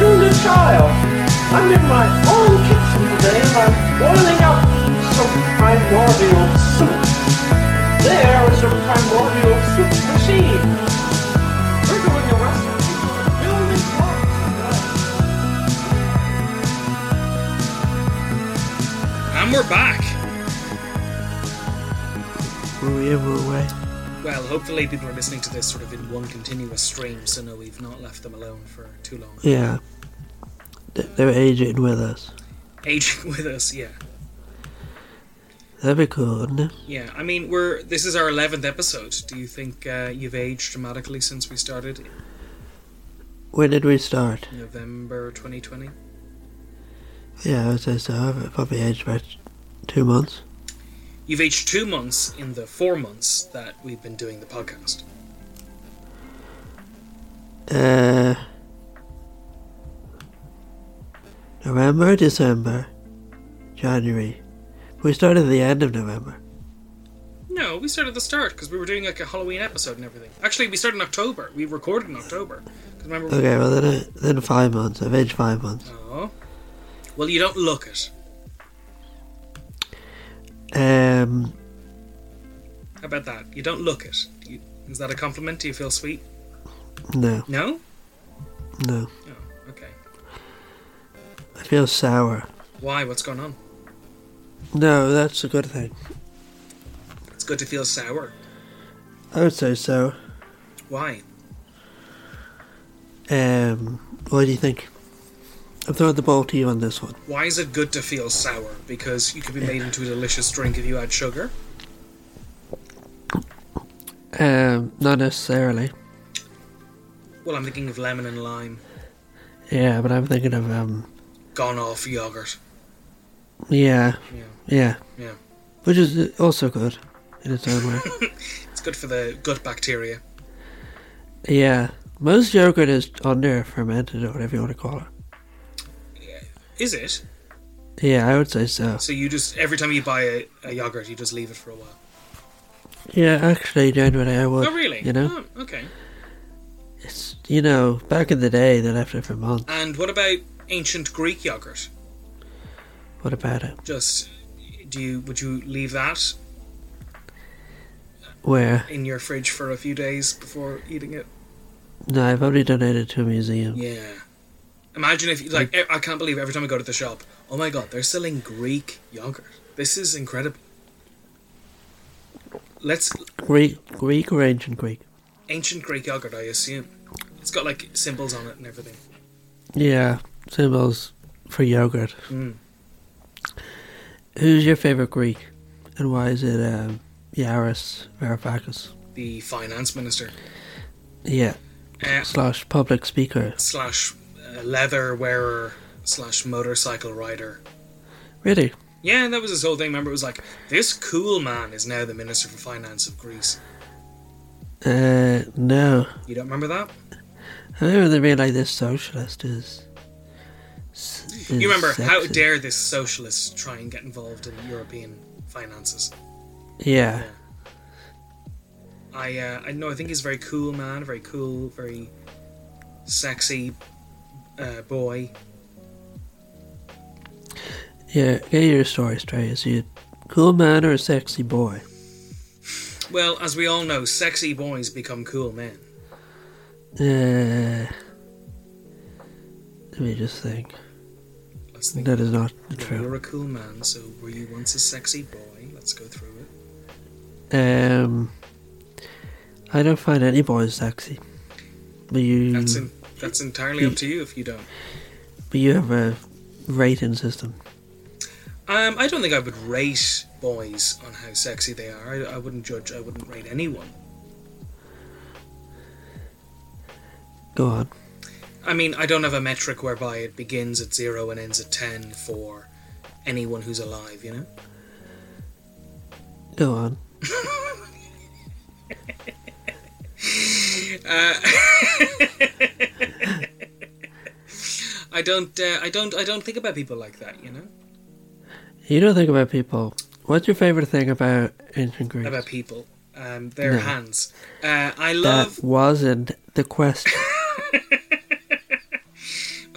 child. I'm in my own kitchen today and I'm boiling up some primordial soup. There is a primordial soup machine. We're doing a recipe for building blocks today. And we're back. Woo yeah, woo way. Well, hopefully people are listening to this sort of in one continuous stream, so no, we've not left them alone for too long. Yeah. They- They're aging with us. Aging with us, yeah. That'd be cool, wouldn't it? Yeah, I mean, we're this is our 11th episode. Do you think uh, you've aged dramatically since we started in When did we start? November 2020? Yeah, I would say so. I've probably aged about two months. You've aged two months in the four months that we've been doing the podcast. Uh, November, December, January. We started at the end of November. No, we started at the start because we were doing like a Halloween episode and everything. Actually, we started in October. We recorded in October. 'Cause remember, we- Okay, well then, I, then five months. I've aged five months. oh, well, you don't look it. Um, How about that? You don't look it. Do you, is that a compliment? Do you feel sweet? no, No. no. Oh, okay. I feel sour. Why? What's going on? No, that's a good thing. It's good to feel sour. I would say so. Why? Um, what do you think? I'm throwing the ball to you on this one. Why is it good to feel sour? Because you could be made into a delicious drink if you add sugar. Um, not necessarily. Well, I'm thinking of lemon and lime, Yeah, but I'm thinking of um, gone off yogurt. yeah, Yeah, yeah, yeah. which is uh, also good in its own way. It's good for the gut bacteria. yeah, most yogurt is under fermented or whatever you want to call it. Is it? Yeah, I would say so. So you just every time you buy a, a yogurt, you just leave it for a while. Yeah, actually, genuinely, I would. oh, really? You know, Oh, okay. it's you know, back in the day, they left it for months. And what about ancient Greek yogurt? What about it? Just do you would you leave that Where? in your fridge for a few days before eating it? No, I've only donated to a museum. Yeah. Imagine if you like. e- I can't believe every time I go to the shop. Oh my god, they're selling Greek yogurt. This is incredible. Let's Greek, Greek or ancient Greek? ancient Greek yogurt. I assume it's got like symbols on it and everything. Yeah, symbols for yogurt. Mm. Who's your favorite Greek, and why is it um, Yaris Varoufakis? The finance minister Yeah, uh, slash public speaker. slash uh, leather wearer slash motorcycle rider. Really? Yeah, and that was his whole thing. Remember, it was like this cool man is now the minister for finance of Greece. Uh, no. You don't remember that? I remember they being like this socialist is. s- is You remember how sexist. dare this socialist try and get involved in European finances? Yeah, I uh, I know I think he's a very cool man, very cool, very sexy uh, boy. yeah. Get your story straight. Is he a cool man or a sexy boy? Well, as we all know, sexy boys become cool men. Uh, let me just think. Let's think. That is not the Well, truth. You're a cool man, so were you once a sexy boy? Let's go through it. Um, I don't find any boys sexy. But you, That's in, that's entirely up to you if you don't. but you have a rating system. Um, I don't think I would rate boys on how sexy they are. I, I wouldn't judge. I wouldn't rate anyone. Go on. I mean, I don't have a metric whereby it begins at zero and ends at ten for anyone who's alive, you know? Go on. Uh, I don't, uh, I don't, I don't think about people like that, you know, You don't think about people. What's your favorite thing about ancient Greece? about people, um, their No. hands. Uh, I that love. wasn't the question. I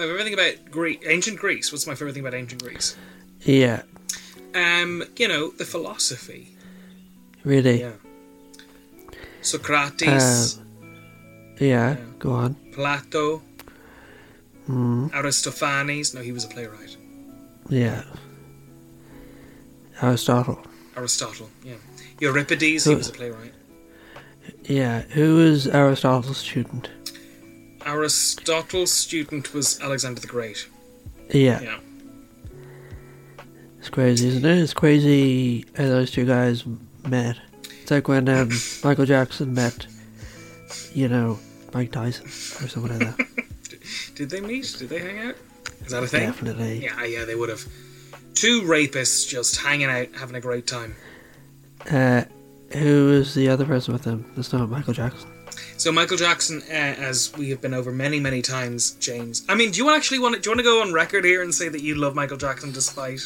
have everything about Greek, ancient Greece. What's my favorite thing about ancient Greece? Yeah, Um, you know, the philosophy. really. Yeah. Uh, Yeah. Socrates, Go on. Hmm. Plato, Aristophanes. No, he was a playwright. Yeah. Aristotle. Aristotle. Yeah. Euripides. He So- was a playwright. Yeah. Who was Aristotle's student? Aristotle's student was Alexander the Great. Yeah. Yeah. It's crazy, isn't it? It's crazy how those two guys met. It's like when um, Michael Jackson met, you know, Mike Tyson or someone like that. Did they meet? Did they hang out? Is that a thing? Definitely. Yeah, yeah, they would have. Two rapists just hanging out, having a great time. Uh, who was the other person with them? That's not Michael Jackson. So Michael Jackson, uh, as we have been over many, many times, James. I mean, do you actually want to? Do you want to go on record here and say that you love Michael Jackson, despite?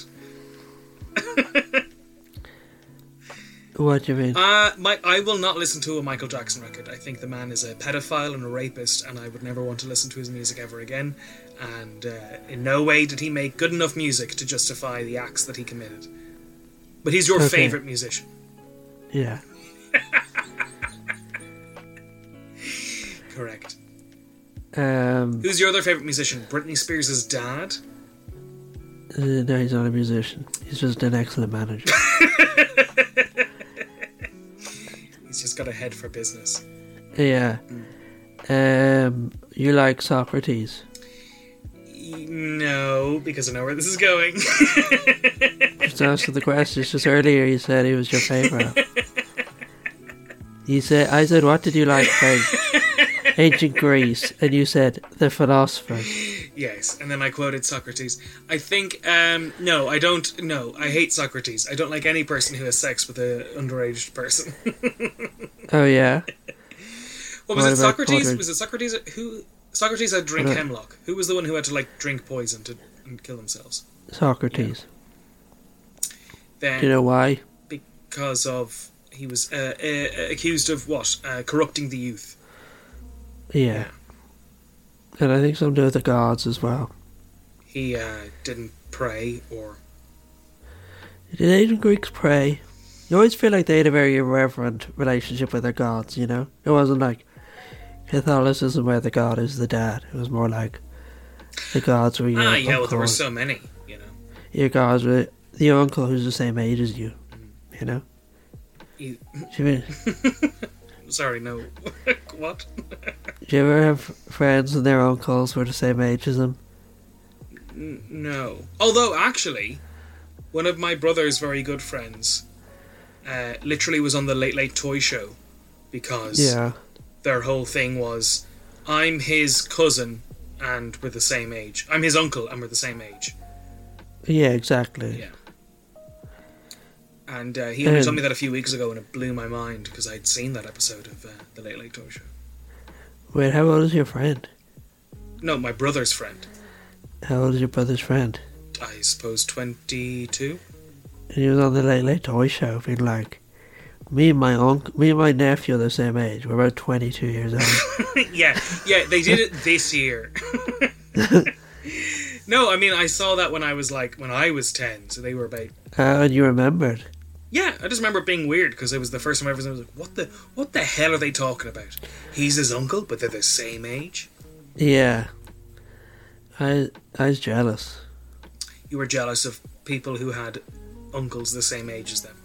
What do you mean? Uh, my, I will not listen to a Michael Jackson record. I think the man is a pedophile and a rapist, and I would never want to listen to his music ever again. And uh, in no way did he make good enough music to justify the acts that he committed. But he's your Okay. favorite musician. yeah. Correct. Um, Who's your other favorite musician? Britney Spears' dad? uh, no, he's not a musician. He's just an excellent manager. He's just got a head for business. yeah. Um, you like Socrates? E- No, because I know where this is going. Just answer the question. It's just earlier you said he was your favorite. You said I said what did you like from ancient Greece, and you said the philosopher. yes, and then I quoted Socrates. I think, um, no, I don't, no, I hate Socrates. I don't like any person who has sex with an underage person. Oh yeah, What was What it, about Socrates? Codrin? Was it Socrates who Socrates had drink What a- hemlock? Who was the one who had to like drink poison to and kill themselves? Socrates. Then Do you know why? because of he was uh, uh, accused of what uh, corrupting the youth. Yeah, and I think some do with the gods as well. He uh, didn't pray or Did ancient Greeks pray? You always feel like they had a very irreverent relationship with their gods. You know, it wasn't like Catholicism where the god is the dad. It was more like the gods were your ah yeah, well there were uncles. so many, you know. your guys with your uncle who's the same age as you. You know? Mm-hmm. You- Do you, mean, Sorry, no, what? do you ever have friends and their uncles were the same age as them? N- no. Although actually, one of my brother's very good friends, uh, literally was on the Late Late Toy Show because Yeah. their whole thing was I'm his cousin and we're the same age. I'm his uncle and we're the same age. Yeah, exactly. Yeah. And uh, he only Um, told me that a few weeks ago and it blew my mind because I'd seen that episode of uh, The Late Late Talk Show. Wait, how old is your friend? No, my brother's friend. How old is your brother's friend? I suppose 22? And he was on the Late Late Toy Show being like, me and my uncle, me and my nephew are the same age. We're about 22 years old. yeah, yeah, they did it this year. no, I mean, I saw that when I was like, when I was 10, so they were about uh, and you remembered. Yeah, I just remember it being weird because it was the first time I ever was like, "What the, what the hell are they talking about?" He's his uncle, but they're the same age. Yeah. I, I was jealous. You were jealous of people who had uncles the same age as them,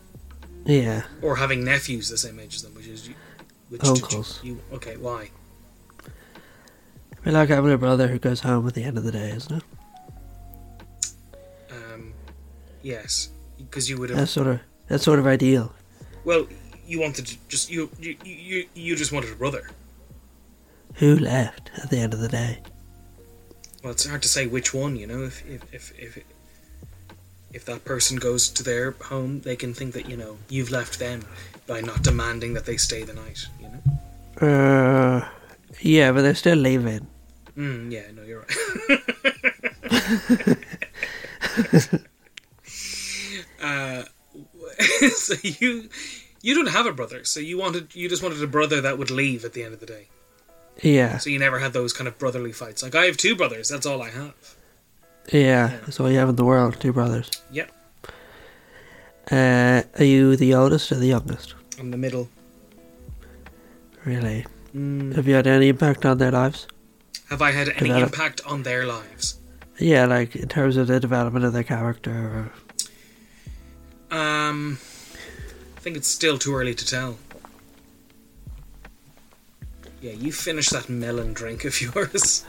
Yeah. or having nephews the same age as them, which is you, which did Uncles. You, you okay? Why? I like having a brother who goes home at the end of the day, isn't it? Um, yes, because you would have. That's sort of, that's sort of ideal. Well, you wanted to just you you you you just wanted a brother. who left at the end of the day. Well, it's hard to say which one. You know, if if if. if if that person goes to their home, they can think that you know you've left them by not demanding that they stay the night. You know. Uh, yeah, but they're still leaving. Mm, yeah, no, you're right. uh, so you you don't have a brother, so you wanted you just wanted a brother that would leave at the end of the day. Yeah, So you never had those kind of brotherly fights. Like I have two brothers. That's all I have. yeah. That's all you have in the world, two brothers. Yep. Uh, are you the oldest or the youngest? I'm the middle. Really? Mm. Have you had any impact on their lives? Have I had any Develop- impact on their lives? Yeah, like in terms of the development of their character. Or... Um, I think it's still too early to tell. Yeah, you finish that melon drink of yours.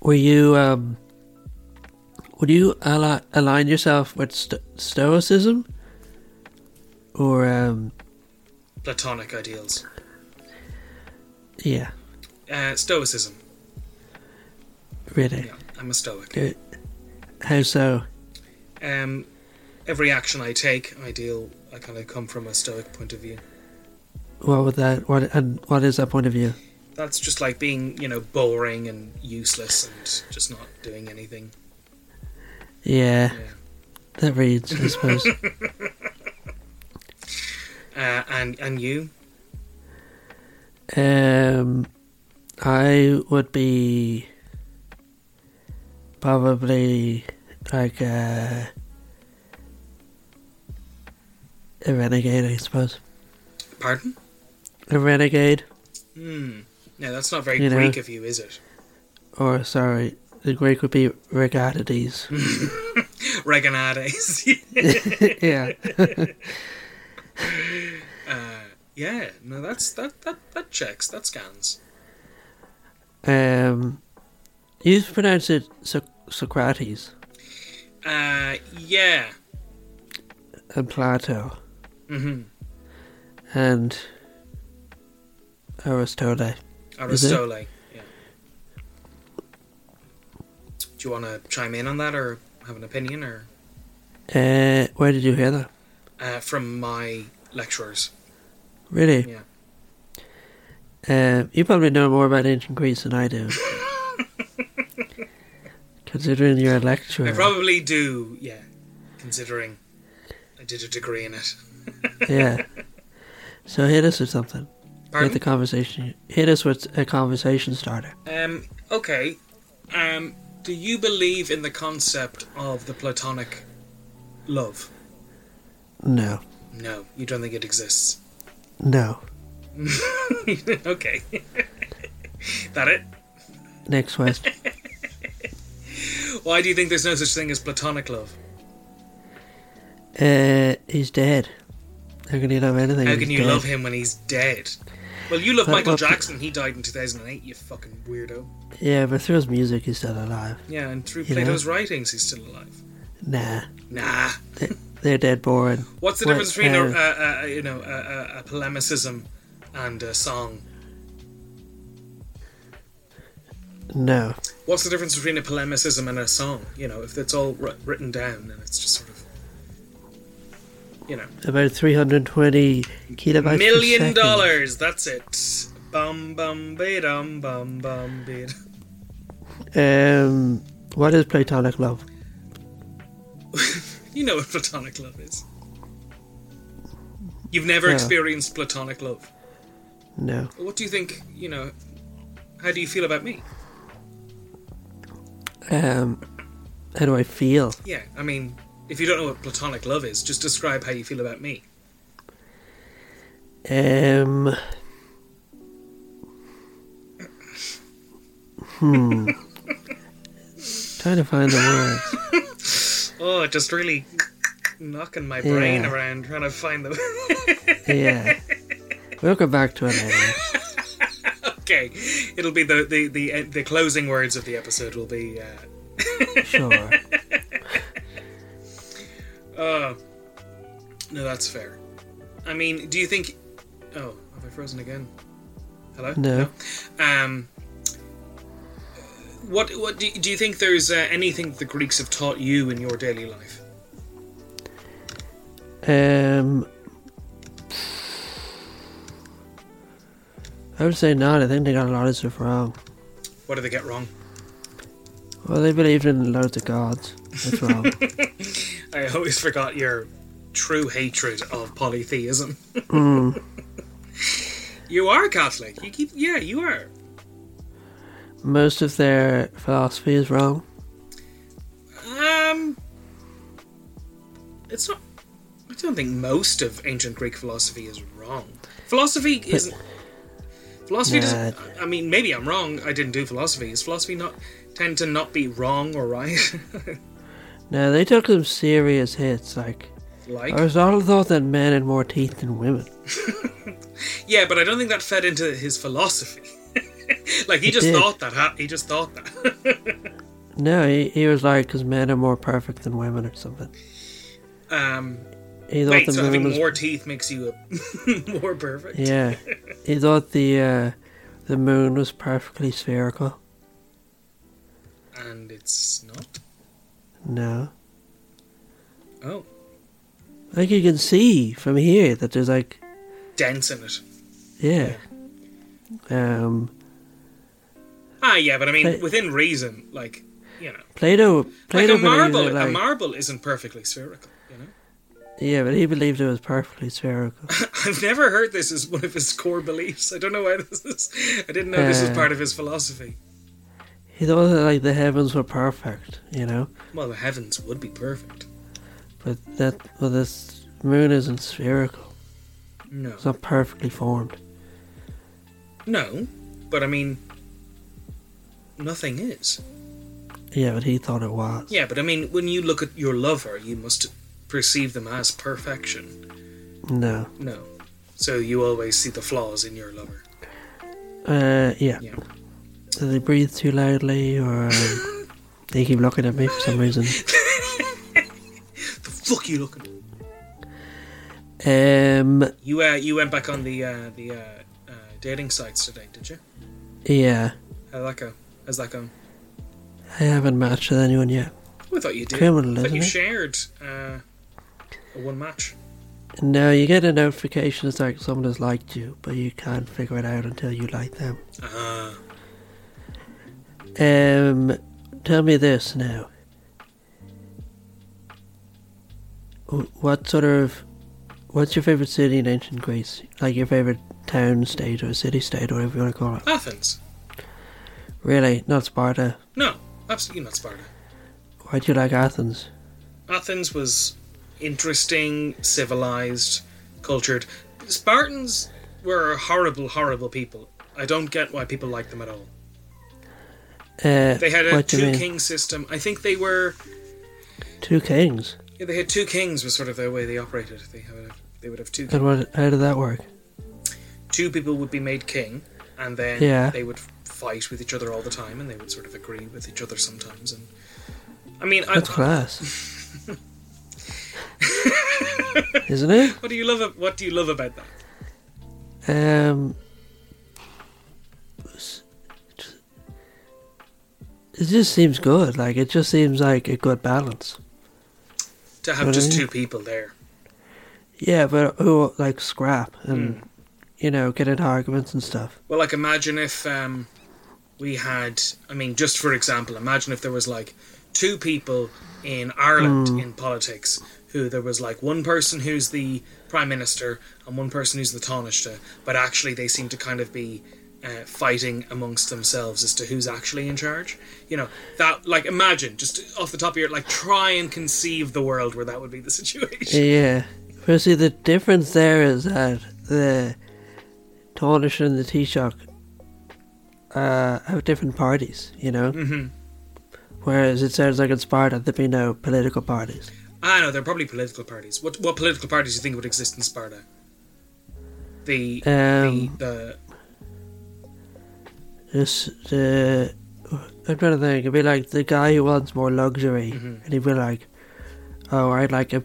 Were you um? Would you ally- align yourself with st- Stoicism? Or um, Platonic ideals. yeah, Uh, stoicism. really. Yeah, I'm a stoic. Uh, How so? Um, every action I take, I deal. I kind of come from a stoic point of view. What would that? What and what is that point of view? That's just like being, you know, boring and useless and just not doing anything. Yeah, Yeah. that reads, I suppose. Uh, and and you? um, I would be probably like uh, a renegade, I suppose. Pardon? A renegade, Hmm. No, that's not very You know. Greek of you, is it? or sorry, the Greek would be regatides. Reganades. yeah, yeah. No, that's that that that checks. That scans. um, you pronounce it so- Socrates Uh, yeah. and Plato Mm-hmm. and Aristotle. Is it? Aristole. Yeah. Do you want to chime in on that, or have an opinion, or Uh, where did you hear that? uh, from my lecturers? Really? Yeah. Um, you probably know more about ancient Greece than I do. Considering you're a lecturer. I probably do. Yeah. Considering I did a degree in it. yeah. So hit us with something. Hit Pardon? the conversation. Hit us with a conversation starter. Um, okay. Um, do you believe in the concept of the platonic love? No. No, you don't think it exists. No. okay. that it? Next question. Why do you think there's no such thing as platonic love? uh, he's dead. How can you love anything? How if can he's you dead? love him when he's dead? Well, you love But- Michael but- Jackson. He died in 2008, you fucking weirdo. Yeah, but through his music, he's still alive. Yeah, and through You know? Plato's writings, he's still alive. Nah. Nah. They're dead boring. What's the Well, difference between a, uh, a, a, you know, a, a, a polemicism and a song? No. what's the difference between a polemicism and a song? You know, if it's all wr- written down and it's just sort of, you know, About 320 kilobytes per million second. dollars. That's it. Bum bum be dum bum bum be. dum. Um, what is platonic love? You know what platonic love is. You've never Yeah. experienced platonic love. No. What do you think? You know, how do you feel about me? Um, how do I feel? Yeah, I mean, if you don't know what platonic love is, just describe how you feel about me. Um. Hmm. Trying to find the words. Oh, just really knocking my brain Yeah. around trying to find the. Yeah. We'll go back to it later. Okay, it'll be the the the, uh, the closing words of the episode will be. Uh, Sure. uh, no, that's fair. I mean, do you think? Oh, have I frozen again? Hello. No. Um. What what do, do you think? There's uh, anything the Greeks have taught you in your daily life? Um. I would say not. I think they got a lot of stuff wrong. What do they get wrong? Well, they believed in loads of gods. That's wrong. I always forgot your true hatred of polytheism. you are Catholic. You keep yeah, you are. most of their philosophy is wrong? Um, it's not. I don't think most of ancient Greek philosophy is wrong. Philosophy isn't. Philosophy Nah. doesn't. I mean, maybe I'm wrong. I didn't do philosophy. Is philosophy not tend to not be wrong or right? No, they took some serious hits. Like like, Aristotle thought that men had more teeth than women. yeah, but I don't think that fed into his philosophy. like he It just did. thought that. Ha- he just thought that. No, he, he was like, because men are more perfect than women or something. um, He thought wait, that so women having was more teeth makes you a more perfect? yeah. He thought the uh, the moon was perfectly spherical. And it's not. No, Oh, like you can see from here that there's like dense in it. yeah, um, Ah, yeah, but I mean, Pla- within reason, like you know, Plato Plato like a believed marble, it, like, a marble isn't perfectly spherical. You know, yeah, but he believed it was perfectly spherical. I've never heard this as one of his core beliefs. I don't know why this is. I didn't know this was Uh, part of his philosophy. he thought that like the heavens were perfect, you know, Well, the heavens would be perfect. but that well this moon isn't spherical. No, It's not perfectly formed. no, but I mean, nothing is. Yeah, but he thought it was. Yeah, but I mean, when you look at your lover, you must perceive them as perfection. No. No, so you always see the flaws in your lover. Uh, yeah. Yeah. Do they breathe too loudly, or um, they keep looking at me for some reason? The fuck you looking? at? Um, You uh, you went back on the uh, the uh, uh, dating sites today, did you? Uh, yeah. How'd that go? How's that going? I haven't matched with anyone yet. oh, I thought you did. Criminal, I thought you isn't shared uh, a one match. No, you get a notification it's like someone has liked you, but you can't figure it out until you like them. Ah, Um, tell me this now. Wh- What sort of, what's your favorite city in ancient Greece? Like your favorite town, state, or city state, or whatever you want to call it. Athens. Really, not Sparta. No, absolutely not Sparta. Why do you like Athens? Athens was interesting, civilized, cultured. Spartans were horrible, horrible people. I don't get why people like them at all. Uh, They had a what do you two mean? king system. I think they were. Two kings. Yeah, they had two kings was sort of the way they operated. They had they would have two And what? How did that work? two people would be made king, and then Yeah. they would fight with each other all the time, and they would sort of agree with each other sometimes. And I mean, I, That's class, isn't it? what do you love? ab- What do you love about that? Um, s- it just seems good. Like it just seems like a good balance. To have What do you just mean? two people there. Yeah, but who like scrap and you know get into arguments and stuff? Well, like imagine if um, we had. I mean, just for example, imagine if there was like two people in Ireland in politics who there was like one person who's the prime minister and one person who's the Taoiseach, but actually they seem to kind of be uh, fighting amongst themselves as to who's actually in charge. You know that like imagine just off the top of your like try and conceive the world where that would be the situation. Yeah, but see the difference there is that the Taunus and the Taoiseach uh, have different parties. You know. Mhm. Whereas it sounds like in Sparta there'd be no political parties. Ah, no, they're probably political parties. What what political parties do you think would exist in Sparta? The the, Um, the This the I'm trying to think. It'd be like the guy who wants more luxury, Mm-hmm. and he'd be like, "Oh, I'd like a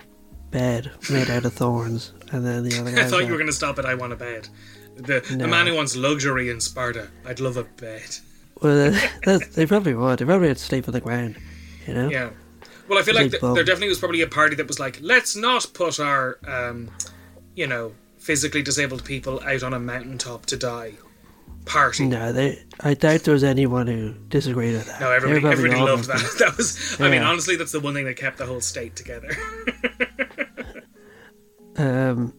bed made out of thorns," and then the other guy. I thought you were going to stop at I want a bed. The, the No. man who wants luxury in Sparta. I'd love a bed. Well, that's, they probably would. They probably would sleep on the ground, you know. Yeah. Well, I feel like Big th- bum. there definitely was probably a party that was like, let's not put our, um, you know, physically disabled people out on a mountaintop to die. Party. No, No, they. I doubt there was anyone who disagreed with that. They were everybody, probably everybody all loved like that. That was, I mean, Yeah. honestly, that's the one thing that kept the whole state together. Um,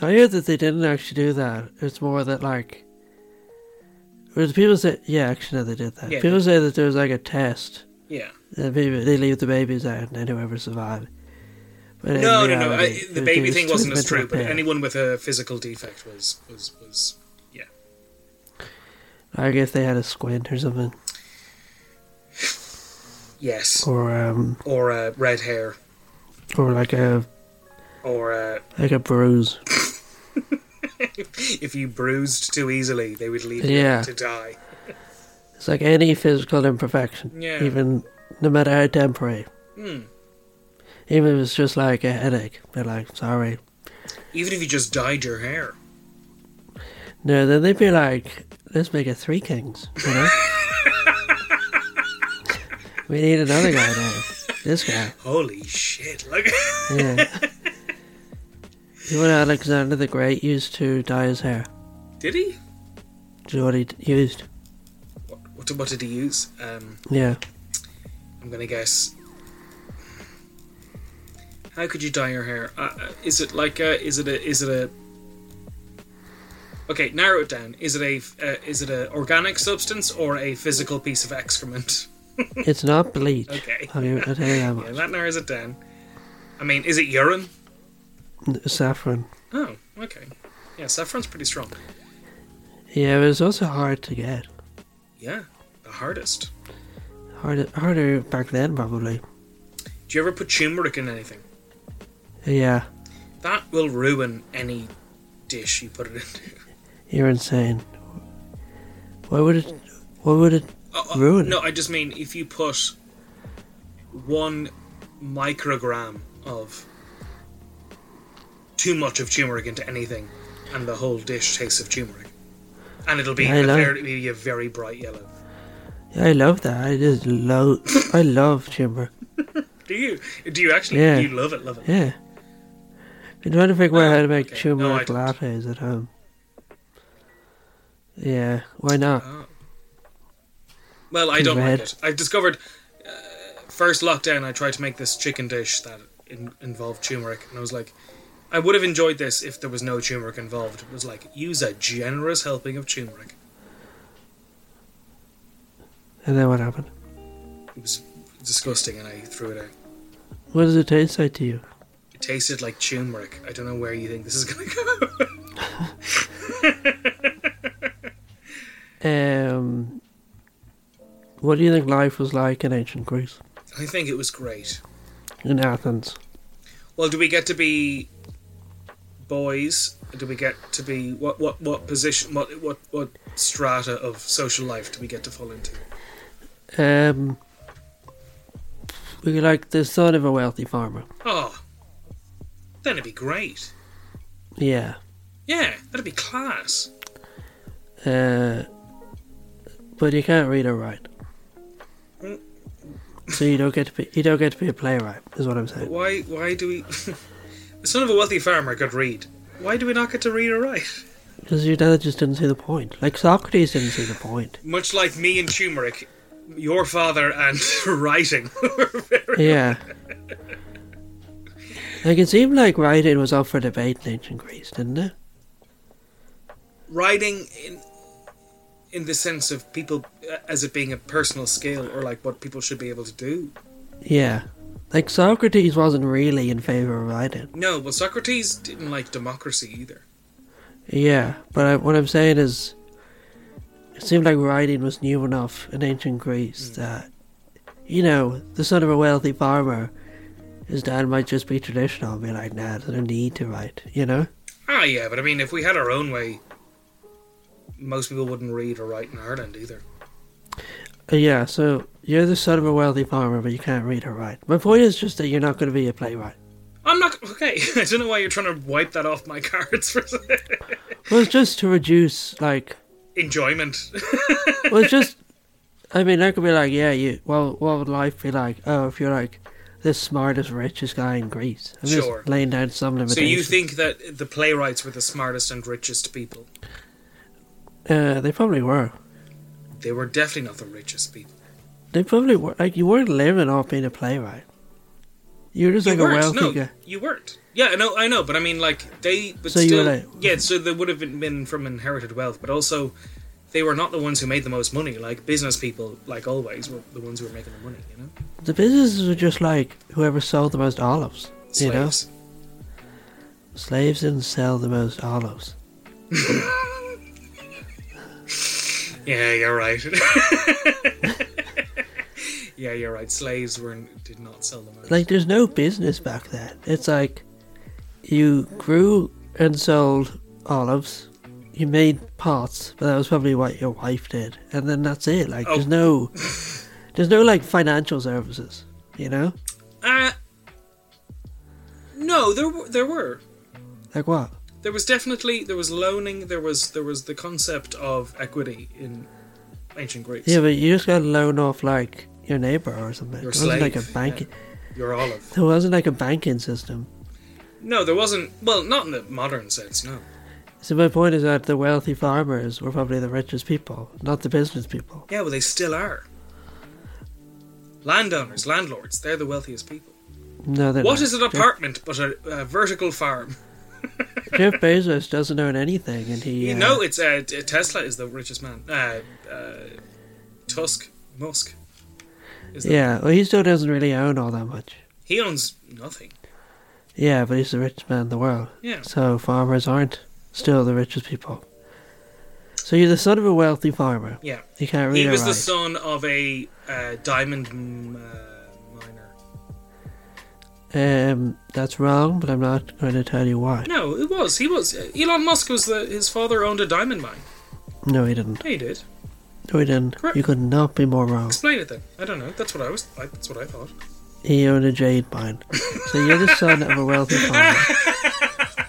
I heard that they didn't actually do that. It's more that like Whereas people say, yeah, actually, no, they did that. Yeah, people say that there was like a test, Yeah. and people, they leave the babies out, and then whoever survived. But in No, no, no. I, reality, the it- baby it thing was wasn't as true, treatment but repair. anyone with a physical defect was was was. I guess they had a squint or something, Yes, or um, or uh, red hair, or like a or uh, like a bruise. if you bruised too easily, they would leave Yeah. you to die. It's like any physical imperfection, Yeah. even no matter how temporary. Hmm. Even if it's just like a headache, they're like, sorry. Even if you just dyed your hair, No, then they'd be like, let's make it three kings, you know? we need another guy now. This guy, holy shit! Look, yeah. you know what Alexander the Great used to dye his hair? did he? Do you know what he d- used? What, what, what did he use? Um, Yeah. I'm gonna guess. How could you dye your hair? Uh, uh, is it like a? Is it a? Is it a? Okay, narrow it down. Is it a? Uh, is it a organic substance or a physical piece of excrement? It's not bleach. Okay. I'll, give, I'll tell you that Yeah, much. that narrows it down. I mean, is it urine? Saffron. Oh, okay. Yeah, saffron's pretty strong. Yeah, but it's also hard to get. Yeah, the hardest. Harder, harder back then, probably. Do you ever put turmeric in anything? Yeah, That will ruin any dish you put it into. you're insane. Why would it? Why would it? Oh, oh, Ruin it. No, I just mean if you put one microgram of too much of turmeric into anything, and the whole dish tastes of turmeric, and it'll be, I a know. very, it'll be a very bright yellow. I love that. I just love. I love timber. Do you? Do you actually? Yeah. You love it, love it. Yeah. Been trying to figure out how to make okay. No, I turmeric don't. lattes at home. Yeah, why not? Oh. Well, I Too don't red. like it. I've discovered uh, first lockdown. I tried to make this chicken dish that in- involved turmeric, and I was like, I would have enjoyed this if there was no turmeric involved. It was like use a generous helping of turmeric. And then what happened? It was disgusting, and I threw it out. What does it taste like to you? It tasted like turmeric. I don't know where you think this is going to go. Um, what do you think life was like in ancient Greece, I think it was great. in Athens? Well, do we get to be boys? Do we get to be what what what position what what what strata of social life do we get to fall into? Um, we were like the son of a wealthy farmer. Oh, then it'd be great. Yeah. Yeah, that'd be class. Uh, but you can't read or write. So you don't get to be you don't get to be a playwright, is what I'm But saying. why why do we? the son of a wealthy farmer could read. Why do we not get to read or write? Because your dad just didn't see the point. Like Socrates didn't see the point. Much like me and turmeric, your father and writing. were very- Yeah. Like it seemed like writing was up for debate in ancient Greece, didn't it? writing in in the sense of people uh, as it being a personal skill or like what people should be able to do. Yeah. Like Socrates wasn't really in favor of writing. No, well, Socrates didn't like democracy either. Yeah, but I, what I'm saying is, it seemed like writing was new enough in ancient Greece that, you know, the son of a wealthy farmer, his dad might just be traditional and be like, nah, there's no need to write, you know? Ah, yeah, but I mean, if we had our own way, most people wouldn't read or write in Ireland either. Uh, yeah, so you're the son of a wealthy farmer, but you can't read or write. My point is just that you're not going to be a playwright. I'm not okay. I don't know why you're trying to wipe that off my cards for Well, it's just to reduce, like, enjoyment. well, it's just. I mean, I could be like, yeah, you. Well, what would life be like? Oh, if you're like the smartest, richest guy in Greece. I'm Sure. just laying down some limitations. so you think that the playwrights were the smartest and richest people? Uh, they probably were. They were definitely not the richest people. They probably were. Like you weren't living off being a playwright. You were just like you a weren't. wealthy No, guy. you weren't. Yeah, I know. I know, but I mean, like they. But So you still, were like- yeah. So they would have been, been from inherited wealth, but also they were not the ones who made the most money. Like business people, like always, were the ones who were making the money. You know, The businesses were just like whoever sold the most olives. You know, slaves. slaves didn't sell the most olives. Yeah, you're right. yeah, you're right. Slaves were did not sell the most. Like, there's no business back then. It's like you grew and sold olives. You made pots, but that was probably what your wife did, and then that's it. Like, there's no, Oh. there's no like financial services. You know, Uh, no, there were, there were like what? there was definitely there was loaning. There was there was the concept of equity in ancient Greece. Yeah, but you just got a loan off like your neighbor or something. Your There wasn't like a slave, banking. Your olive. There wasn't like a banking system. No, there wasn't. Well, not in the modern sense. No. So my point is that the wealthy farmers were probably the richest people, not the business people. Yeah, well, they still are. Landowners, landlords, they're the wealthiest people. No, they're What not. is an apartment but a, a vertical farm? Jeff, Jeff Bezos doesn't own anything, and he. You uh, know, it's uh, T- Tesla is the richest man. Uh, uh, Tusk, Musk. Is the, Yeah, well, he still doesn't really own all that much. He owns nothing. Yeah, but he's the richest man in the world. Yeah. So farmers aren't still the richest people. So you're the son of a wealthy farmer. Yeah. You can't read He or was the write. son of a uh, diamond m- uh, miner. um, that's wrong, but I'm not going to tell you why. No, it was. He was. Uh, Elon Musk was the. His father owned a diamond mine. No, he didn't. Yeah, he did. No, he didn't. Correct. You could not be more wrong. Explain it then. I don't know. That's what I was. I, that's what I thought. He owned a jade mine. So you're the son of a wealthy farmer.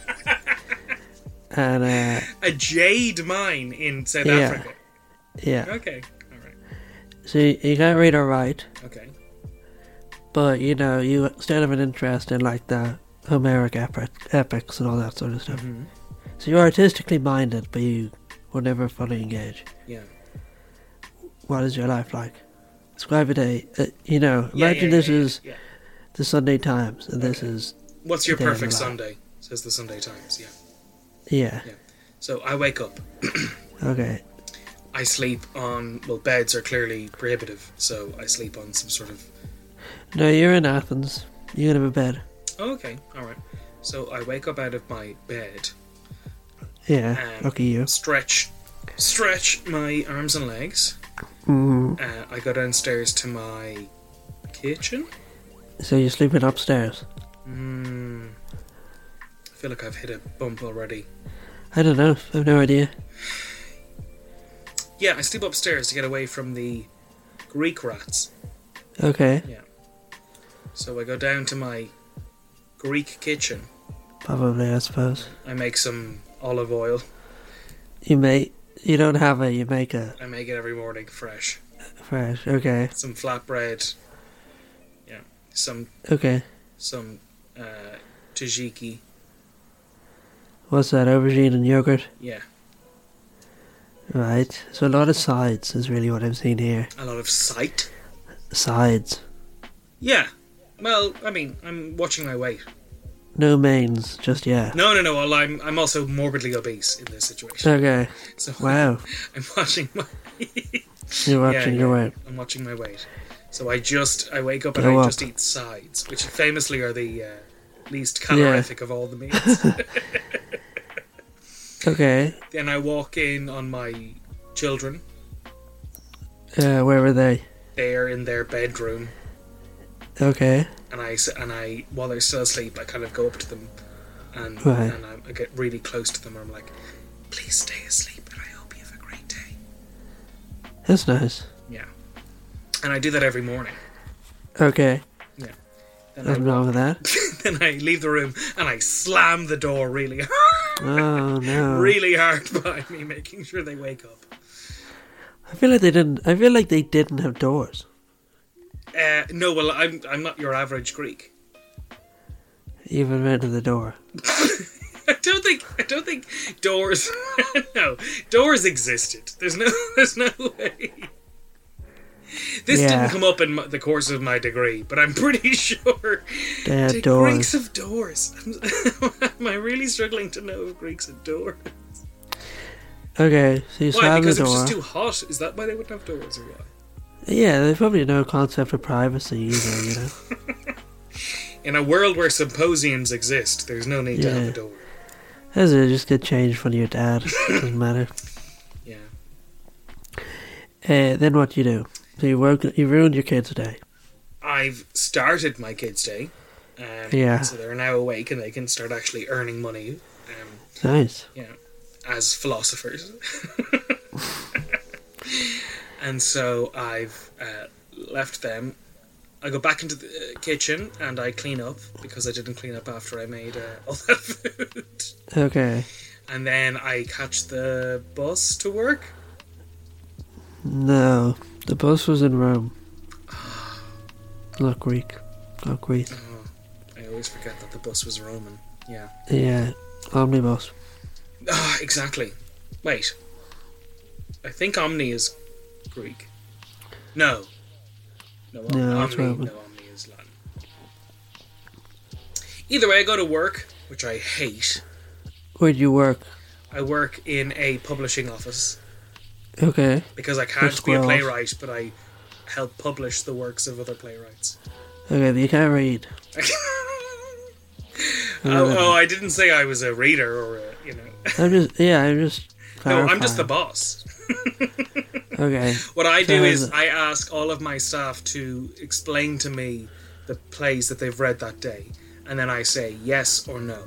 And uh, A jade mine in South Yeah. Africa. yeah, Okay. All right. so you you can't read or write, Okay. but you know you still have an interest in like the Homeric epi- epics and all that sort of stuff. Mm-hmm. So you're artistically minded, but you will never fully engage. Yeah. What is your life like? Describe a day. Uh, you know, Yeah, imagine yeah, this yeah, yeah, is yeah. the Sunday Times, and this is What's your Day of perfect the Lab. Sunday? Says the Sunday Times. Yeah. yeah, So I wake up. okay, I sleep on. Well, beds are clearly prohibitive, so I sleep on some sort of. No, you're in Athens. You're gonna have a bed. Oh, okay. All right. So I wake up out of my bed, Yeah, Um, lucky you. stretch, stretch my arms and legs. Mm, Uh, I go downstairs to my kitchen. so you're sleeping upstairs. Mm, I feel like I've hit a bump already. I don't know. I've no idea. Yeah, I sleep upstairs to get away from the Greek rats. Okay, So I go down to my Greek kitchen. probably I suppose. I make some olive oil. You make you don't have it. You make it I make it every morning fresh. fresh. Okay, Some flatbread. Yeah. Some okay. some uh, tzatziki. What's that? Aubergine and yogurt. Yeah. Right. So a lot of sides is really what I've seen here. A lot of sight. Sides, Yeah. Well, I mean, I'm watching my weight. no mains just yet. No, no, no. Well, I'm I'm also morbidly obese in this situation. Okay. So Wow. I'm watching my You're watching yeah. your weight. I'm watching my weight. So I just I wake up and Go I up. just eat sides, which famously are the uh, least calorific of all the meals. Okay. then I walk in on my children. Uh, where were they? They are in their bedroom, Okay. and I s- and I while they're still asleep, I kind of go up to them, and Right. and I, I get really close to them. And I'm like, "Please stay asleep, and I hope you have a great day." That's nice. And I do that every morning. Okay. Then I, Nothing wrong with that. then I leave the room and I slam the door really, Oh no. really hard behind me, making sure they wake up. I feel like they didn't. I feel like they didn't have doors. Uh, no, well, I'm I'm not your average Greek. Even went to the door. I don't think I don't think doors. no, doors existed. There's no there's no way. This Yeah. didn't come up in my, the course of my degree, but I'm pretty sure They had the Greeks doors. have doors. Am I really struggling to know if Greeks have doors? Okay, so you Why? slam the Because it door. was just too hot. Is that why they wouldn't have doors or what? Yeah, they probably have no concept of privacy either, you know. In a world where symposiums exist, there's no need to have Yeah. a door. As it just get changed from your dad. Doesn't matter. Yeah. Uh, then what do you do? So you woke you ruined your kid's day. I've started my kids' day. Um, Yeah. So they're now awake and they can start actually earning money. Um, Nice. you know, as philosophers. and so I've uh, left them. I go back into the uh, kitchen and I clean up because I didn't clean up after I made uh, all that food. Okay. And then I catch the bus to work. No. The bus was in Rome. Not Greek. Not Greece. Oh, I always forget that the bus was Roman. Yeah. Yeah. Omnibus. Ah, exactly. Wait. I think Omni is Greek. No. No, Om- No, it's Omni, Roman. no, Omni is Latin. Either way, I go to work, which I hate. Where'd you work? I work in a publishing office Okay. because I can't That's be a gross. playwright, but I help publish the works of other playwrights. Okay, but you can't read. oh, oh, I didn't say I was a reader or a, you know. I'm just yeah, I'm just No, I'm just the clarifying. boss. Okay. What I do So is has- I ask all of my staff to explain to me the plays that they've read that day, and then I say yes or no.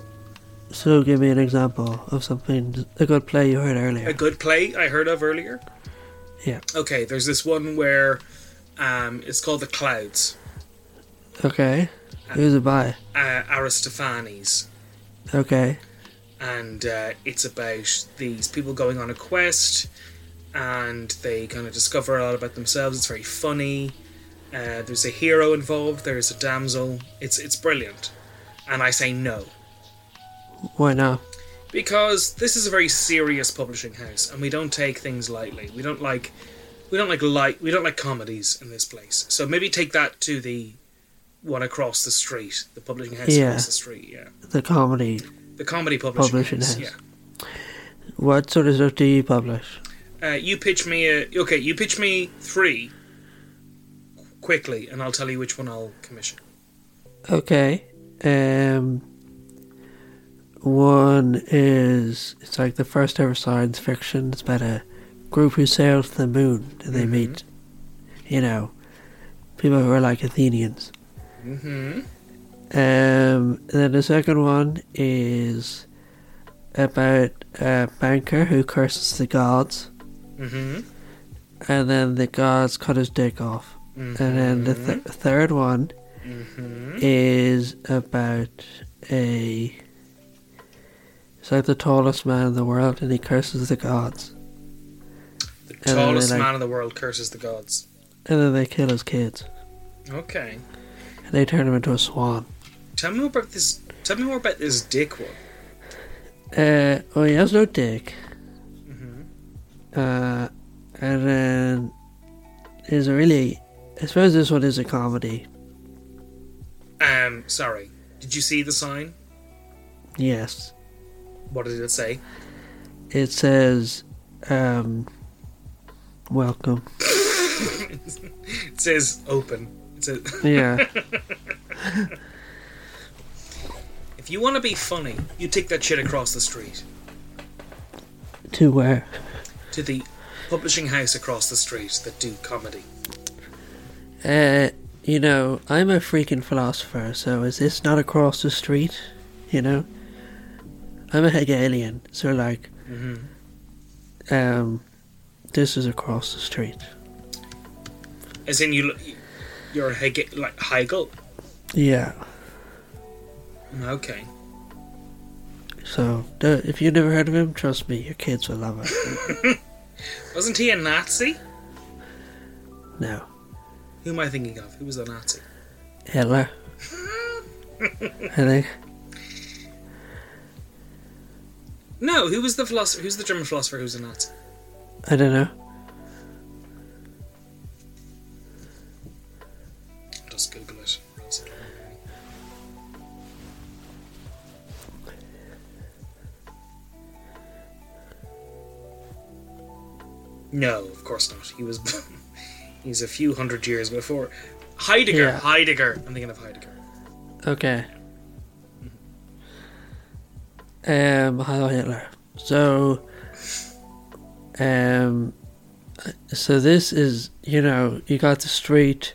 So give me an example of something a good play you heard A earlier. good play I heard of earlier. Yeah. Okay, there's this one where um, it's called The Clouds, Okay. Who's it by? uh, Aristophanes. Okay. and uh, it's about these people going on a quest and they kind of discover a lot about themselves it's very funny uh, there's a hero involved there's a damsel it's it's brilliant and i say no Why not? because this is a very serious publishing house and we don't take things lightly we don't like we don't like light we don't like comedies in this place so maybe take that to the one across the street the publishing house Yeah. across the street yeah The comedy. the comedy publishing, Publishing house, house. yeah What sort of stuff do you publish? Uh, you pitch me a okay. You pitch me three qu- quickly, and I'll tell you which one I'll commission. Okay. Um one is it's like the first ever science fiction. It's about a group who sails to the moon and they meet you know people who are like Athenians. Mm-hmm. Um then the second one is about a banker who curses the gods Mm-hmm. and then the gods cut his dick off. And then the th- third one Mm-hmm. is about a. It's like the tallest man in the world, and he curses the gods, The then tallest they like- man in the world curses the gods. and then they kill his kids, Okay. and they turn him into a swan. Tell me more about this. Tell me more about this dick one. Uh, well, he has no dick, Mm-hmm. uh, and then is a really. I suppose this one is a comedy. Um, sorry. Did you see the sign? Yes, What did it say? it says, um, "Welcome." It says open. It says Yeah, if you want to be funny, you take that shit across the street to where? to the publishing house across the street that do comedy. Uh, you know, I'm a freaking philosopher, so is this not across the street? You know? I'm a Hegelian, so like, Mm-hmm. um, this is across the street. As in, you, you're Hege- like Hegel. Yeah. Mm, Okay. So, th- if you've never heard of him, trust me, your kids will love it. Wasn't he a Nazi? no. Who am I thinking of? Who was a Nazi? Hitler. I think. No, who was the philosopher? Who's the German philosopher who's a Nazi? I don't know. I'll just Google it. No, of course not. He was he's a few hundred years before Heidegger. Yeah. Heidegger. I'm thinking of Heidegger. Okay. Um, Heil Hitler. So, um, so this is you know you got the street.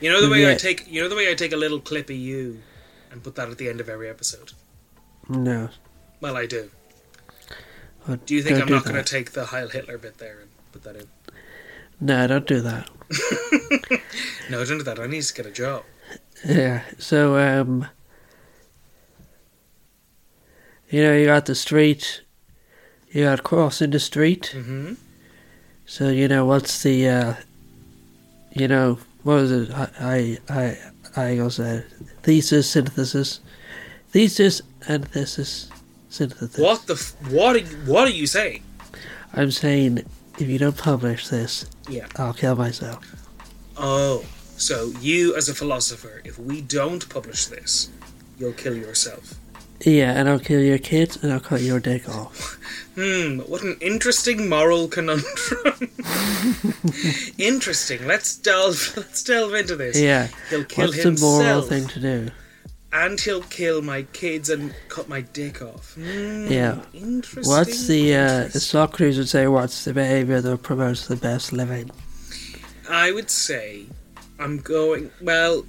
You know the way I Yeah. take you know the way I take a little clip of you and put that at the end of every episode. No, Well, I do. Oh, Do you think don't I'm do not going to that. take the Heil Hitler bit there and put that in? No, don't do that. No, don't do that. I need to get a job. Yeah. So um you know, you got the street you got crossing the street. Mm-hmm. So you know what's the uh you know, what was it? I I I I was uh, thesis, synthesis. Thesis, antithesis, synthesis. What the? F- what? Are you, what are you saying? I'm saying if you don't publish this, Yeah. I'll kill myself. Oh, so you as a philosopher, if we don't publish this, you'll kill yourself. Yeah, and I'll kill your kids and I'll cut your dick off. Hmm. What an interesting moral conundrum. interesting. Let's delve. Let's delve into this. Yeah. He'll kill What's the himself, moral thing to do? and he'll kill my kids and cut my dick off. Hmm, Yeah. Interesting. What's the uh, interesting. Socrates would say? What's the behavior that promotes the best living? I would say I'm going. Well,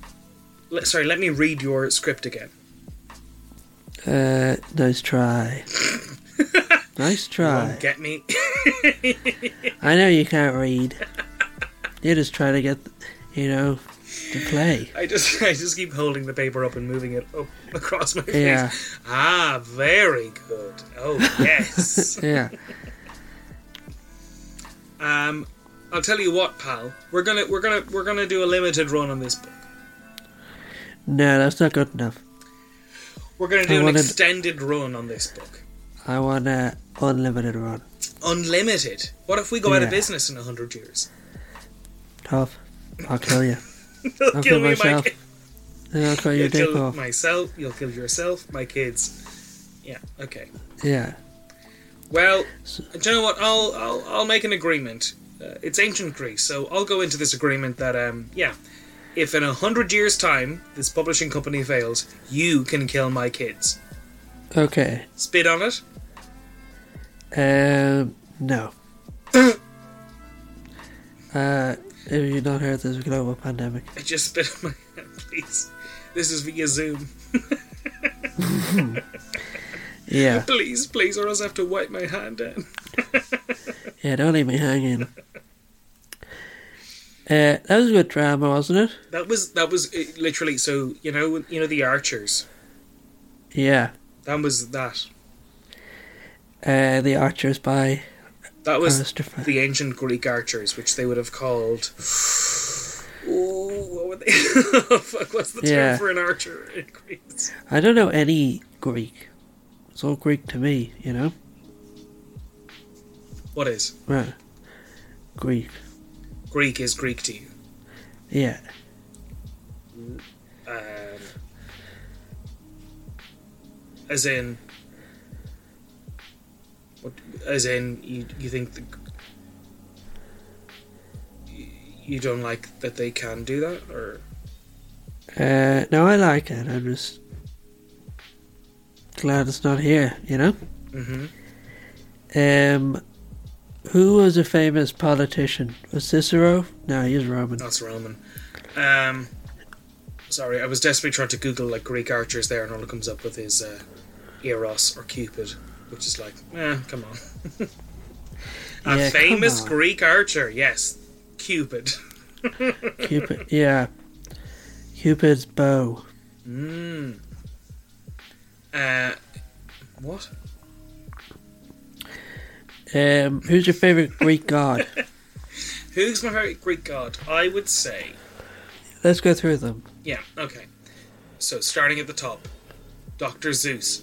le- sorry, let me read your script again. Uh, nice try. nice try. Won't get me. I know you can't read. You're just trying to get, you know, to play. I just I just keep holding the paper up and moving it up across my face. Yeah. Ah, very good. Oh yes. Yeah. um, I'll tell you what, pal. We're gonna we're gonna we're gonna do a limited run on this book. No, that's not good enough. We're gonna I do an wanted- extended run on this book. I want a unlimited run. Unlimited. What if we go out of Yeah. business in a hundred years? Tough. I'll kill you. They'll kill I'll kill me, myself. Mike. And I'll cut your You'll dick kill off. myself. You'll kill yourself. My kids. Yeah. Okay. Yeah. Well, do you know what? I'll I'll, I'll make an agreement. Uh, it's ancient Greece, so I'll go into this agreement that um yeah, if in a hundred years' time this publishing company fails, you can kill my kids. Okay. Spit on it. Um. No. uh. Have you not heard there's a global pandemic? I just spit on my hand, please. This is via Zoom. Yeah. Please, please, or else I have to wipe my hand down. Yeah, don't leave me hanging. uh, that was a good drama, wasn't it? That was that was uh, literally so you know you know the archers. Yeah. That was that. Uh, the Archers by That was Christopher. the ancient Greek archers, which they would have called. Ooh, what were they? oh, fuck, what's the term Yeah. for an archer in Greece? I don't know any Greek. It's all Greek to me, you know? What is Right. Greek. Greek is Greek to you? Yeah. Um, as in, what? As in, you you think the, you- you don't like that they can do that, or Uh, no, I like it. I'm just glad it's not here, you know? hmm Um, who was a famous politician? Was Cicero? No, he was Roman. That's Roman. Um, sorry, I was desperately trying to Google like Greek archers there, and all it comes up with is uh, Eros or Cupid, which is like, eh, come on. A Yeah, come famous on. Greek archer, yes, Cupid. Cupid, yeah. Cupid's bow. Mm. Uh, what? Um, who's your favorite Greek god? Who's my favorite Greek god? I would say, Let's go through them. yeah, okay. So starting at the top, Doctor Zeus.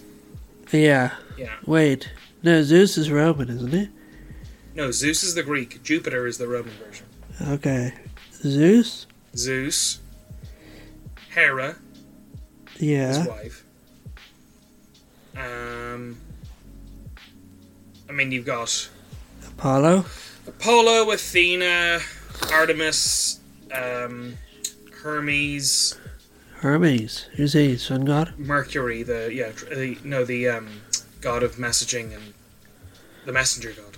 Yeah. Yeah, Wait. No, Zeus is Roman, isn't he? no, Zeus is the Greek. Jupiter is the Roman version. Okay. Zeus. Zeus, Hera, his Yeah. wife. Um, I mean, you've got Apollo. Apollo, Athena, Artemis, um, Hermes, Hermes. Who's he? Sun god? Mercury, the yeah, tr- the, no, the um, god of messaging and the messenger god.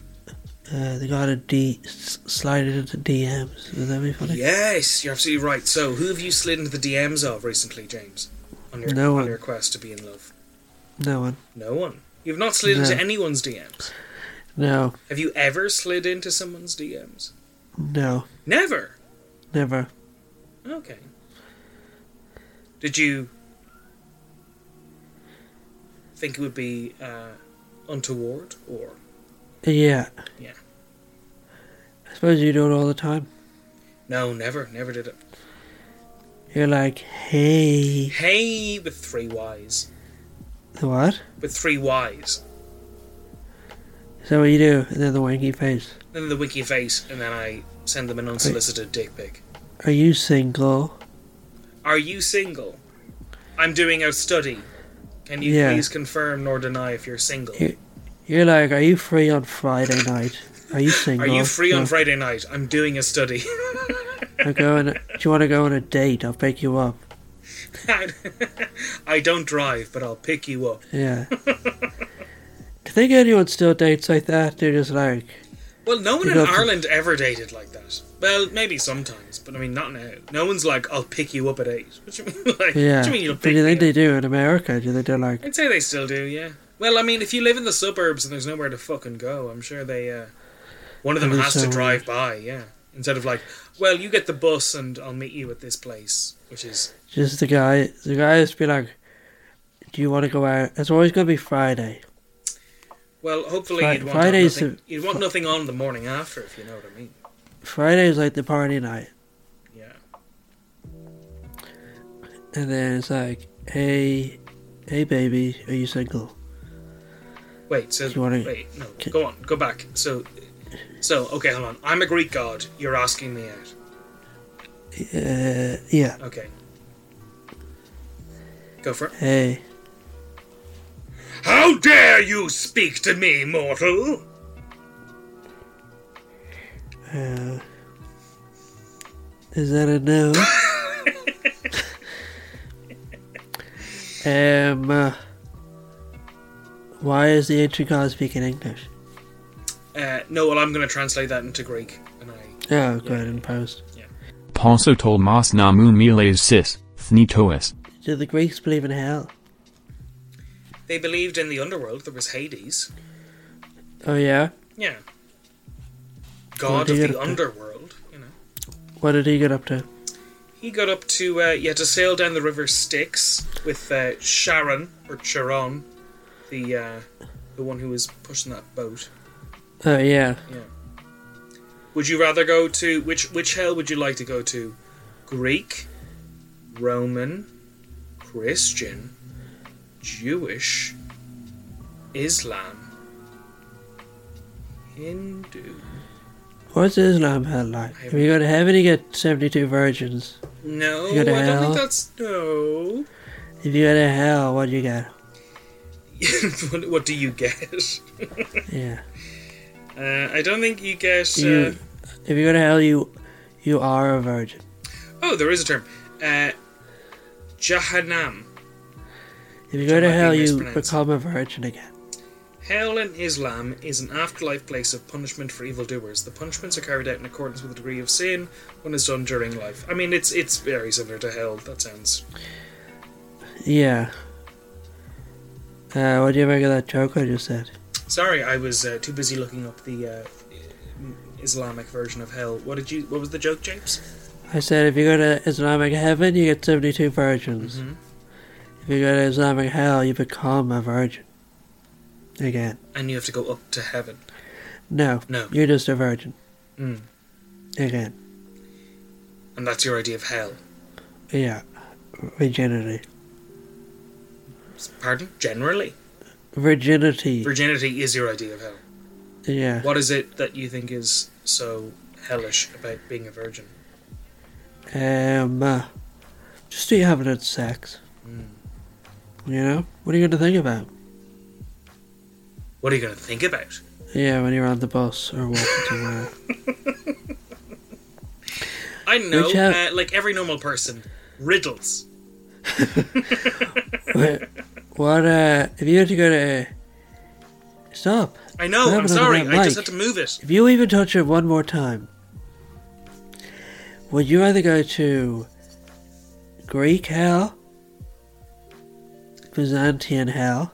Uh, the god of D. S- slided into DMs. Would that be funny? Yes, you're absolutely right. So, who have you slid into the DMs of recently, James? On your No on one. your quest to be in love, No one. no one. You've not slid into No. anyone's DMs. No. Have you ever slid into someone's DMs? No. Never. Never. Okay. Did you think it would be uh, untoward or? Yeah. Yeah. I suppose you do it all the time. No, never, never did it. You're like, hey. Hey, with three Y's. What? With three Y's. Is that what you do? And then the winky face. Then the winky face, and then I send them an unsolicited dick pic. Are you single? Are you single? I'm doing a study. Can you Yeah. please confirm nor deny if you're single? You- You're like, are you free on Friday night? Are you Are single? you free on No. Friday night? I'm doing a study. I'm going. Do you want to go on a date? I'll pick you up. I don't drive, but I'll pick you up. Yeah. Do you think anyone still dates like that? They're just like, Well, no one You in got- Ireland ever dated like that. Well, maybe sometimes, but I mean, not now. No one's like, "I'll pick you up at 8. What do you mean? Like, yeah. what do you mean you'll But pick do you me think up? they do in America? Do they do like, I'd say they still do, yeah. Well, I mean, if you live in the suburbs and there's nowhere to fucking go, I'm sure they. Uh, one of them It is has so to drive by, yeah. Instead of like, well, you get the bus and I'll meet you at this place, which is just the guy? The guy just be like, do you want to go out? It's always gonna be Friday. well, hopefully Fri- you'd want to have Fridays nothing, are- you'd want nothing on the morning after, if you know what I mean. Friday is like the party night, Yeah. and then it's like, hey, hey, baby, are you single? Wait, so Do you wanna- wait, no, K- go on, go back. So, so okay, hold on. I'm a Greek god. You're asking me out. Uh, yeah. Okay. Go for it. Hey, How dare you speak to me, mortal? uh, is that a no? um, uh, why is the ancient god speaking English? Uh, no, well, I'm going to translate that into Greek, and I Oh, go ahead and post. Ponso tolmas namu miles sis, thnitois. Do the Greeks believe in hell? they believed in the underworld. There was Hades. Oh yeah. Yeah. God do of you the reckon? underworld. You know, What did he get up to? he got up to uh, yeah to sail down the river Styx with uh, Sharon or Charon, the uh, the one who was pushing that boat. Oh yeah. Would you rather go to which which hell would you like to go to? Greek, Roman, Christian, Jewish, Islam, Hindu. What's Islam hell like? If you go to heaven, you get seventy-two virgins. No, You go to I don't hell? think that's no. If you go to hell, what do you get? what, what do you get? Yeah. Uh, I don't think you get. Uh, You, if you go to hell, you you are a virgin. Oh, there is a term. Uh, Jahannam. If you go to might be hell, you mispronounced. become a virgin again. Hell in Islam is an afterlife place of punishment for evildoers. The punishments are carried out in accordance with the degree of sin one has done during life. I mean, it's it's very similar to hell. That sounds. Yeah. Uh, what do you make of that joke I just said? Sorry, I was uh, too busy looking up the uh, Islamic version of hell. What did you? What was the joke, James? I said if you go to Islamic heaven, you get 72 virgins. Mhm. If you go to Islamic hell, you become a virgin. Again. And you have to go up to heaven. No. No. You're just a virgin. Mm. Again. And that's your idea of hell. Yeah. Virginity. Pardon? Generally, Virginity. virginity is your idea of hell. yeah. What is it that you think is so hellish about being a virgin? Um, uh, just do you having had sex? Mm. You know? What are you going to think about? What are you going to think about? Yeah, when you're on the bus or walking somewhere. I don't know, Which have- uh, like every normal person, riddles. What- what, uh, if you had to go to. Stop. I know. What I'm happened to sorry. that I just mic? had to move it. If you even touch it one more time, would you rather go to Greek hell, Byzantine hell,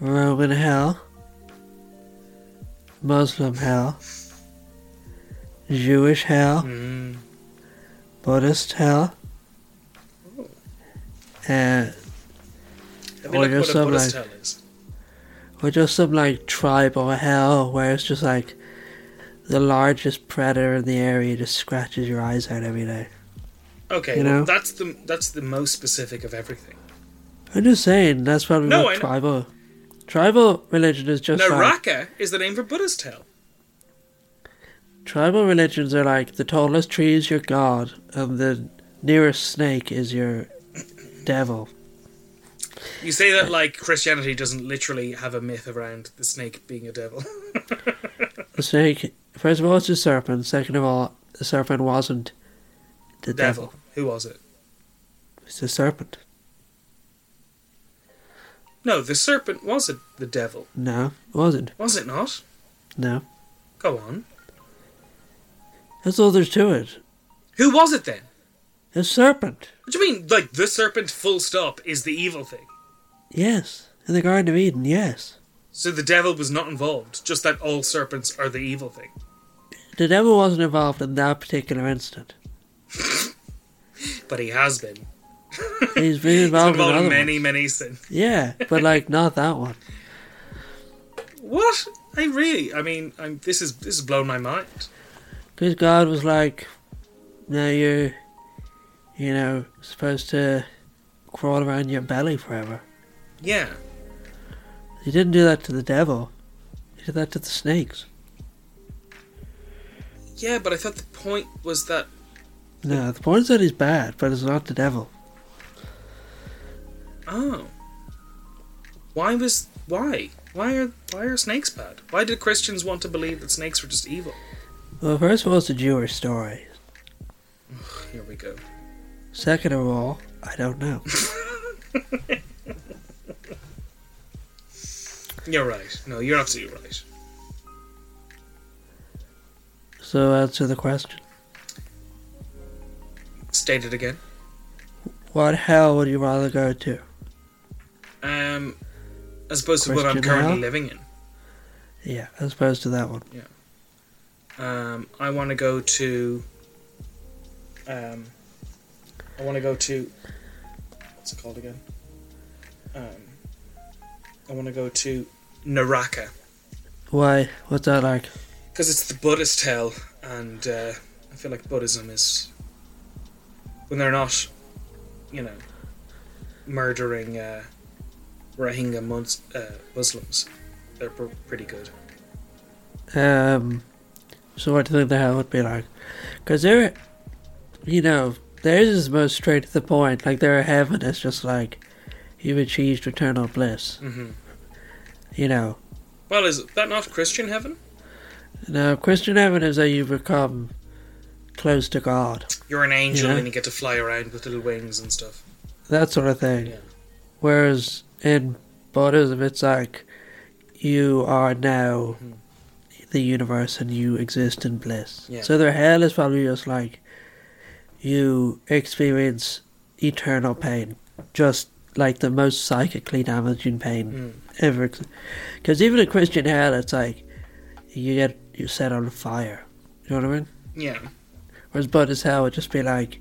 Roman hell, Muslim hell, Jewish hell, Mm. Buddhist hell, uh, Let me Or look just what a some, Buddhist like- hell is. or just some like tribe or hell where it's just like the largest predator in the area just scratches your eyes out every day. Okay, you well, know? that's the that's the most specific of everything. I'm just saying that's probably No, not I know. tribal. Tribal religion is just like, Naraka is the name for Buddhist hell. tribal religions are like the tallest tree is your god and the nearest snake is your devil. You say that like Christianity doesn't literally have a myth around the snake being a devil. The snake first of all it's a serpent, second of all the serpent wasn't the devil. devil. Who was it? It's the serpent. No, the serpent was it the devil, No, it wasn't. was it not? No. Go on. That's all there's to it. Who was it then? A serpent. What do you mean, like the serpent full stop is the evil thing? Yes. In the Garden of Eden, yes. So the devil was not involved, just that all serpents are the evil thing. The devil wasn't involved in that particular incident. But he has been. He's been He's involved, involved in in other many, ones. many sins. Yeah, but like not that one. What? I really I mean I'm this is this has blown my mind. Because God was like, now you're, you know, supposed to crawl around your belly forever. Yeah. He didn't do that to the devil. He did that to the snakes. Yeah, but I thought the point was that No, the point is that he's bad, but it's not the devil. Oh. Why was why? Why are why are snakes bad? Why did Christians want to believe that snakes were just evil? Well, first of all, it's a Jewish story. Here we go. Second of all, I don't know. You're right. No, you're absolutely right. So answer the question. State it again. What hell would you rather go to? Um as opposed to what I'm Christian currently hell? living in. Yeah, as opposed to that one. Um I wanna go to um I wanna go to what's it called again? Um I wanna go to Naraka. Why? What's that like? because it's the Buddhist hell, and uh, I feel like Buddhism is when they're not, you know, murdering uh, Rohingya Mus- uh, Muslims, they're pr- pretty good. Um, so what do you think the hell would be like? Because they're, you know, theirs is most straight to the point. Like their heaven is just like, you've achieved eternal bliss. hmm You know, Well, is that not Christian heaven? now Christian heaven is that you become close to God, You're an angel Yeah. and you get to fly around with little wings and stuff. that sort of thing. Yeah. Whereas in Buddhism, it's like, you are now Mm-hmm. the universe and you exist in bliss. Yeah. So their hell is probably just like you experience eternal pain, just like the most psychically damaging Mm. pain ever. Because even in Christian hell, it's like you get you set on fire. You know what I mean? Yeah. Whereas Buddhist hell would just be like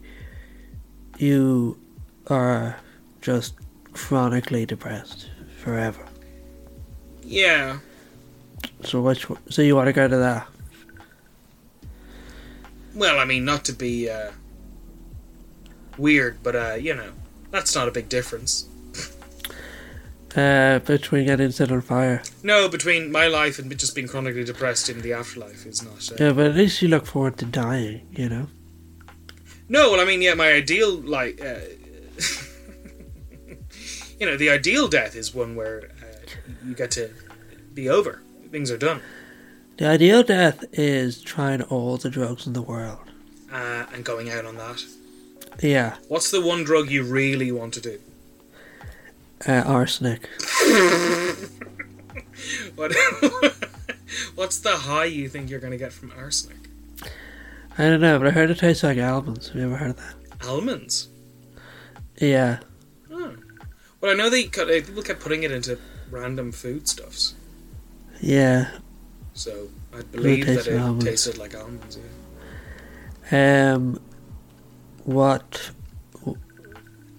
you are just chronically depressed forever. Yeah. So which one- so you want to go to that? Well, I mean, not to be uh, weird, but uh, you know, that's not a big difference. Uh, between getting set on fire. No, between my life and just being chronically depressed in the afterlife is not. Uh, Yeah, but at least you look forward to dying, you know? No, well, I mean, yeah, my ideal, like, uh, you know, the ideal death is one where uh, you get to be over. Things are done. The ideal death is trying all the drugs in the world. Uh, and going out on that. Yeah, What's the one drug you really want to do? uh, arsenic. What, what's the high you think you're going to get from arsenic? I don't know, but I heard it tastes like almonds. Have you ever heard of that? Almonds. Yeah. Well, I know they cut, uh, people kept putting it into random foodstuffs, Yeah. so I believe taste that it of almonds. tasted like almonds. Yeah. Um, what w-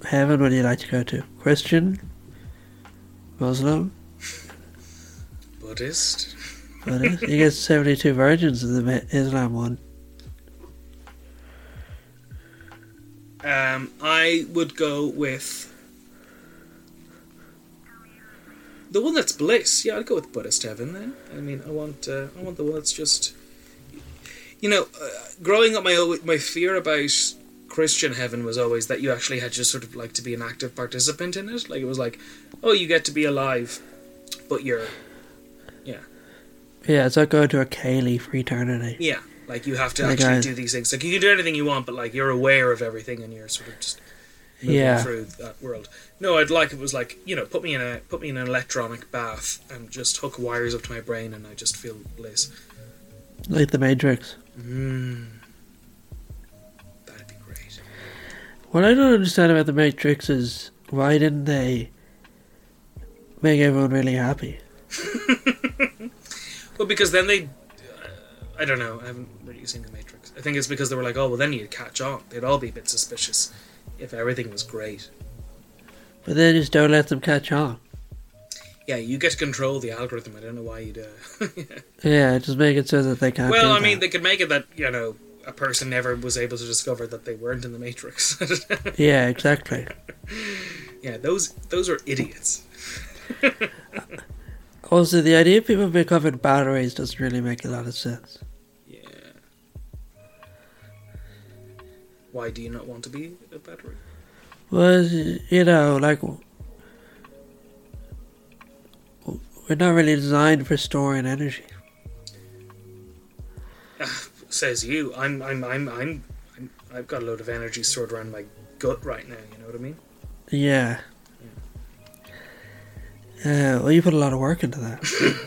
heaven would you like to go to? Christian, Muslim, Buddhist. Buddhist? you get seventy-two virgins in the Ma- Islam one. Um, I would go with the one that's bliss. Yeah, I'd go with Buddhist heaven then. I mean, I want uh, I want the one that's just, you know, uh, growing up, my al- my fear about Christian heaven was always that you actually had to sort of like to be an active participant in it. Like it was like, oh, you get to be alive, but you're Yeah, it's like going to a Kaylee for eternity. yeah, like you have to Like actually I- do these things. Like you can do anything you want, but like you're aware of everything and you're sort of just moving Yeah, through that world. No, I'd like it was like you know, put me in a put me in an electronic bath and just hook wires up to my brain, and I just feel bliss. like the Matrix. Mm. That'd be great. What I don't understand about the Matrix is why didn't they make everyone really happy? Well, because then they, uh, I don't know, I haven't really seen the Matrix. I think it's because they were like, oh well, then you'd catch on. They'd all be a bit suspicious if everything was great. But they just don't let them catch on. Yeah, you get to control the algorithm. I don't know why you'd. Uh, Yeah, just make it so that they can't. Well, do I mean, that. they could make it that you know a person never was able to discover that they weren't in the Matrix. yeah, exactly. yeah, those those are idiots. Also, the idea of people becoming batteries doesn't really make a lot of sense. Yeah. Why do you not want to be a battery? Was you know like w- we're not really designed for storing energy. Says you. I'm. I'm. I'm. I'm. I'm I've got a load of energy stored around my gut right now. You know what I mean? Yeah. Uh, well, you put a lot of work into that.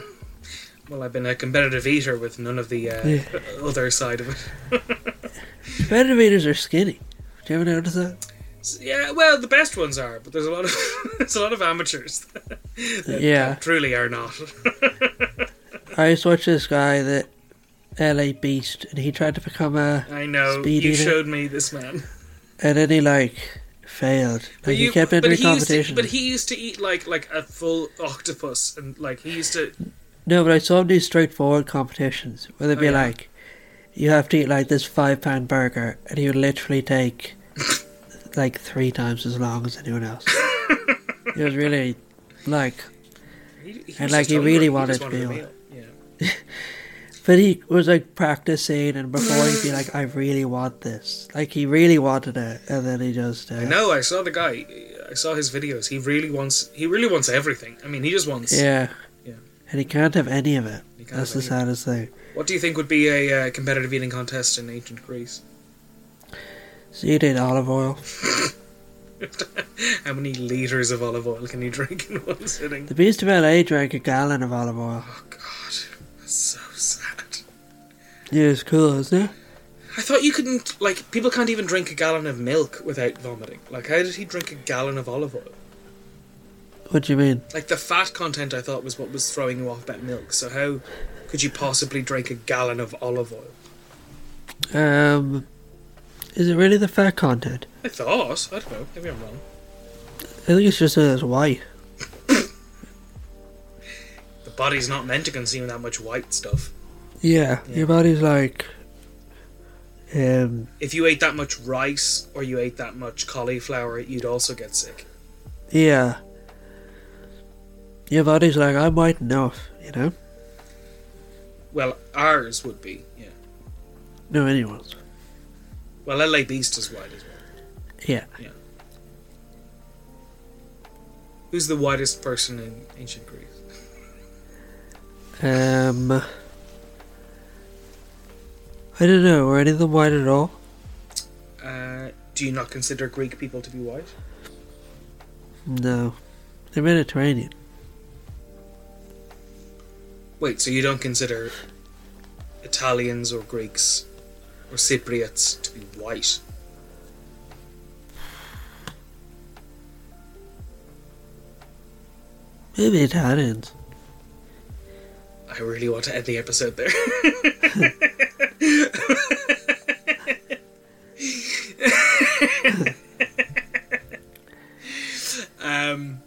Well, I've been a competitive eater with none of the uh, Yeah. other side of it. Predator meters are skinny. Do you ever notice that? S- Yeah, well, the best ones are, but there's a lot of there's a lot of amateurs that Yeah. truly are not. I used to watch this guy, the LA Beast, and he tried to become a, I know Speed you eater. showed me this man. and then he like failed. Like he you- kept entering he used to- competition. but he used to eat like like a full octopus, and like he used to. No, but I saw them do straightforward competitions where they'd Oh, be yeah. like, you have to eat like this five pound burger, and he would literally take like three times as long as anyone else. it was really like, He, he And, was like, just he hungry. really just wanted to a be meal. Yeah. but he was like practicing, and before he'd be like, I really want this. Like he really wanted it, and then he just. Uh, I know. I saw the guy. I saw his videos. He really wants. He really wants everything. I mean, he just wants. Yeah. Yeah. And he can't have any of it. He can't That's have the saddest thing. What do you think would be a uh, competitive eating contest in ancient Greece? So you did olive oil. How many liters of olive oil can you drink in one sitting? The Beast of LA drank a gallon of olive oil. Oh God, that's so sad. Yeah, it's cool, isn't it? I thought you couldn't. Like, people can't even drink a gallon of milk without vomiting. Like, how did he drink a gallon of olive oil? What do you mean? Like the fat content, I thought was what was throwing you off about milk. So how could you possibly drink a gallon of olive oil? Um, is it really the fat content? I thought. I don't know. Maybe I'm wrong. I think it's just that it's white. The body's not meant to consume that much white stuff. Yeah, your body's like, um, If you ate that much rice or you ate that much cauliflower, you'd also get sick. yeah. Your body's like, I'm white enough, you know? Well, ours would be. Yeah. No, anyone's. Well, LA Beast is white as well. Yeah. Who's the whitest person in ancient Greece? Um, I don't know. Were any of them white at all? Uh, do you not consider Greek people to be white? No, they're Mediterranean. Wait, so you don't consider Italians or Greeks or Cypriots to be white? Maybe Italians. I really want to end the episode there. um,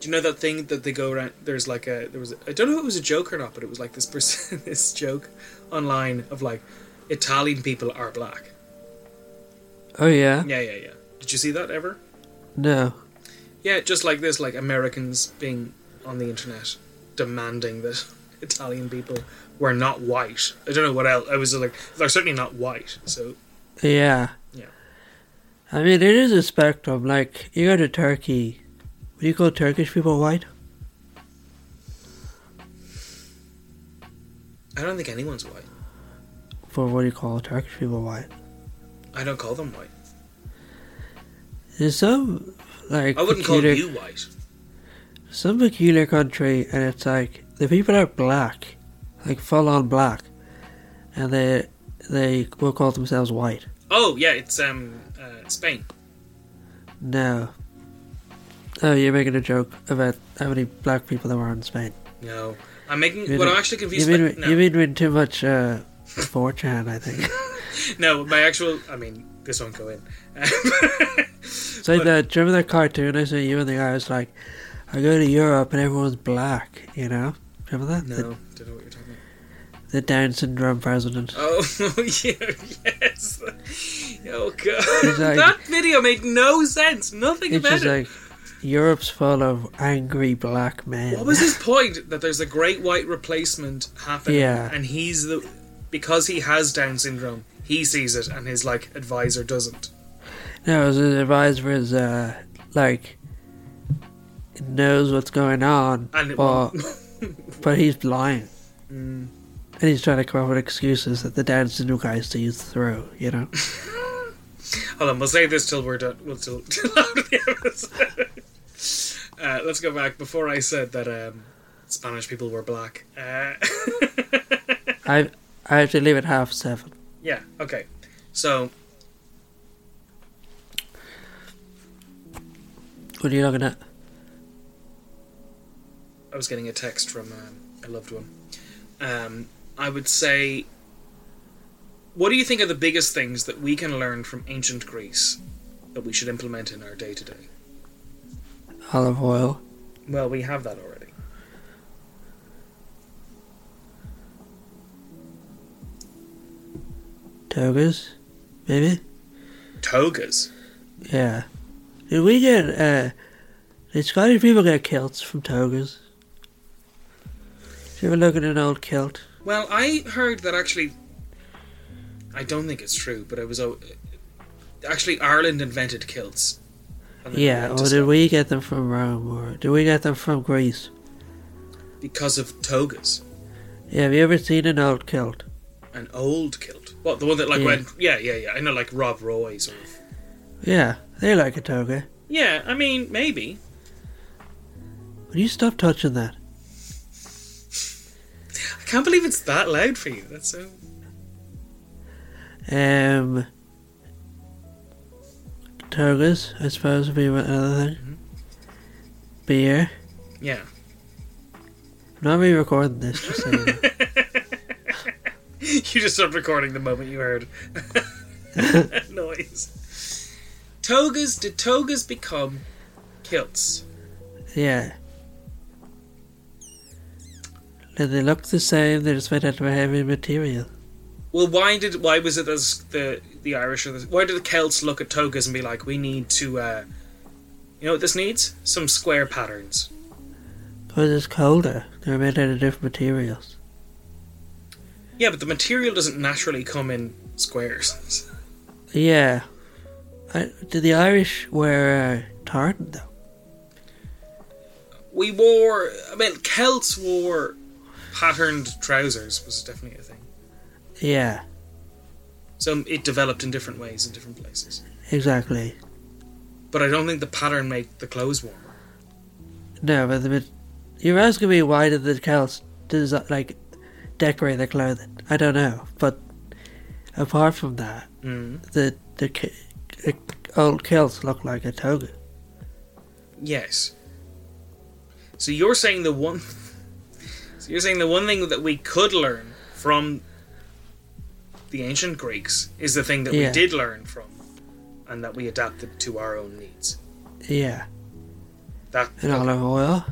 do you know that thing that they go around? There's like a there was I don't know if it was a joke or not, but it was like this person this joke online of like Italian people are black. Oh yeah. Yeah, yeah, yeah. Did you see that ever? No. Yeah, just like this, like Americans being on the internet demanding that Italian people were not white. I don't know what else. I was like, they're certainly not white. So Yeah. Yeah. I mean, it is a spectrum. Like you go to Turkey, would you call Turkish people white? I don't think anyone's white. Or what do you call Turkish people white? I don't call them white. There's some like I wouldn't call peculiar, you white. some peculiar country, and it's like the people are black, like full on black, and they they will call themselves white. Oh yeah, it's um uh, Spain. No. Oh, you're making a joke about how many black people there are in Spain. No, I'm making. You well, mean- I'm actually You confused. mean about, no, you mean with too much uh, 4chan, I think. no, my actual. I mean, this won't go in. It's like that. Do you remember that cartoon I sent you and the guy was like, "I go to Europe and everyone's black," you know. Remember that? no, The, don't know what you're talking about. the Down syndrome president. Oh yeah, yes. Oh god, He's like- that video made no sense. Nothing It's about just it. like Europe's full of angry black men. What was his point that there's a great white replacement happening? Yeah. And he's the because he has Down syndrome, he sees it and his like advisor doesn't. No, it was his advisor is uh, like knows what's going on, And it Mm. but but he's blind, and he's trying to come up with excuses that the Down syndrome guys sees through. You know, Hold on, we'll save this till we're done. We'll till, till after the episode. Uh, let's go back. Before I said that um, Spanish people were black. Uh, I I have to leave at half seven. yeah. Okay. So What are you looking at? I was getting a text from um, a loved one. Um, I would say, what do you think are the biggest things that we can learn from ancient Greece that we should implement in our day to day? Olive oil. Well, we have that already. togas, maybe. Togas. Yeah. Did we get uh? Did Scottish people get kilts from togas? Did you ever look at an old kilt? Well, I heard that actually. I don't think it's true, but I was. o- Actually, Ireland invented kilts. And then Yeah, went to or did Scotland we get them from Rome, or did we get them from Greece? Because of togas. Yeah, have you ever seen an old kilt? An old kilt. What, the one that, like, Yeah. went. Yeah, yeah, yeah. I know, like, Rob Roy sort of. Yeah, they like eh? a toga. Yeah, I mean, maybe. Will you stop touching that? I can't believe it's that loud for you. That's so. Um, togas, I suppose, would be one- another thing. Beer. Yeah. I'm not really recording this, just so you know. You just stopped recording the moment you heard that noise. Togas, did togas become kilts? Yeah. And they look the same, they're just made out of a heavy material. Well, why did why was it as the the Irish or the, why did the Celts look at togas and be like, we need to, uh, you know, what this needs some square patterns. Because it's colder, they're made out of different materials. Yeah, but the material doesn't naturally come in squares. Yeah. I, did the Irish wear uh, tartan, though? we wore, I mean, Celts wore patterned trousers was definitely a thing. Yeah, So it developed in different ways in different places. exactly. But I don't think the pattern made the clothes warmer. No, but the, you're asking me why did the Celts desi- like decorate their clothing? I don't know, but apart from that, Mm. the the, K- the old Celts look like a toga. Yes. So you're saying the one. So you're saying the one thing that we could learn from the ancient Greeks is the thing that we Yeah. did learn from, and that we adapted to our own needs. Yeah, That and olive oil.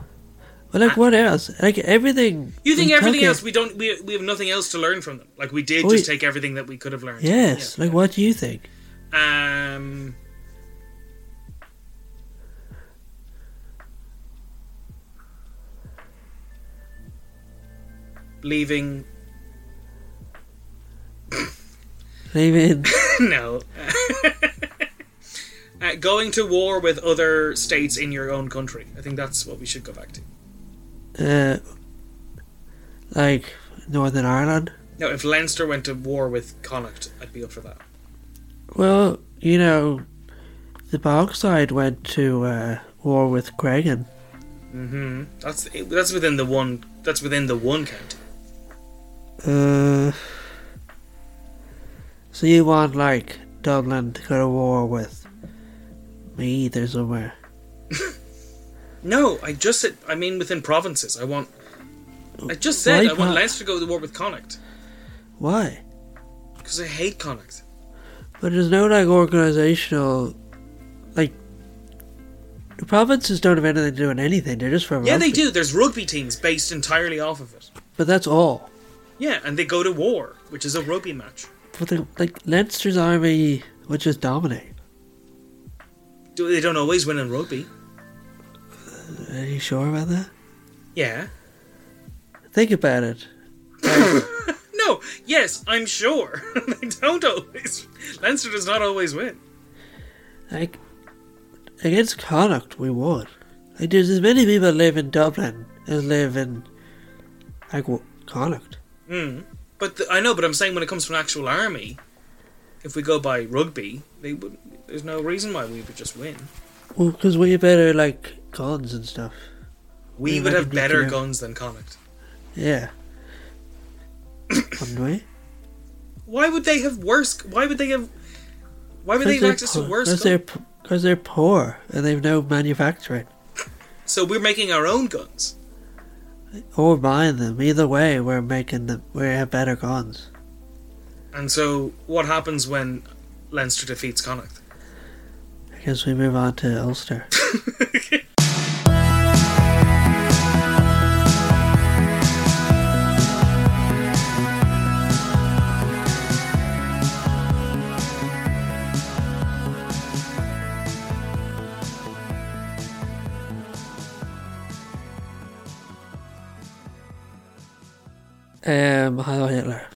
But like, what else? Like everything. you think in everything Tokyo- else we don't we, we have nothing else to learn from them. Like we did Oh, just yeah. take everything that we could have learned. Yes. Yeah. Like, what do you think? Um. Leaving Leaving. no, uh, going to war with other states in your own country. I think that's what we should go back to. uh, like Northern Ireland. No, if Leinster went to war with Connacht, I'd be up for that. Well, you know, the Bogside went to uh, war with Cregan. hmm That's that's within the one. That's within the one county. Uh, so you want like Dublin to go to war with me either somewhere? No, I just said. I mean, within provinces. I want. I just said Why I want pro- Leinster to go to war with Connacht Why? because I hate Connacht. But there's no like organizational, like the provinces don't have anything to do with anything. They're just for Yeah, they rugby. do. There's rugby teams based entirely off of it. But that's all. Yeah, and they go to war, which is a rugby match. But the, like Leinster's army would just dominate. Do they don't always win in rugby? Are you sure about that? Yeah. Think about it. No. Yes, I'm sure they don't always. Leinster does not always win. Like against Connacht, we would. Like there's as many people that live in Dublin as live in like w- Connacht. Mm. But the, I know, but I'm saying when it comes to an actual army, if we go by rugby, they would. There's no reason why we would just win. Well, because we better like guns and stuff. We We would would have look better it up. guns than Connacht. Yeah. Wouldn't we? Why would they have worse? Why would they have? Why would they have access to worse? Because gun- they're because they're poor and they've no manufacturing So we're making our own guns. or buying them. Either way, we're making them. We have better guns. And so what happens when Leinster defeats Connacht? I guess we move on to Ulster. Um, Heil Hitler.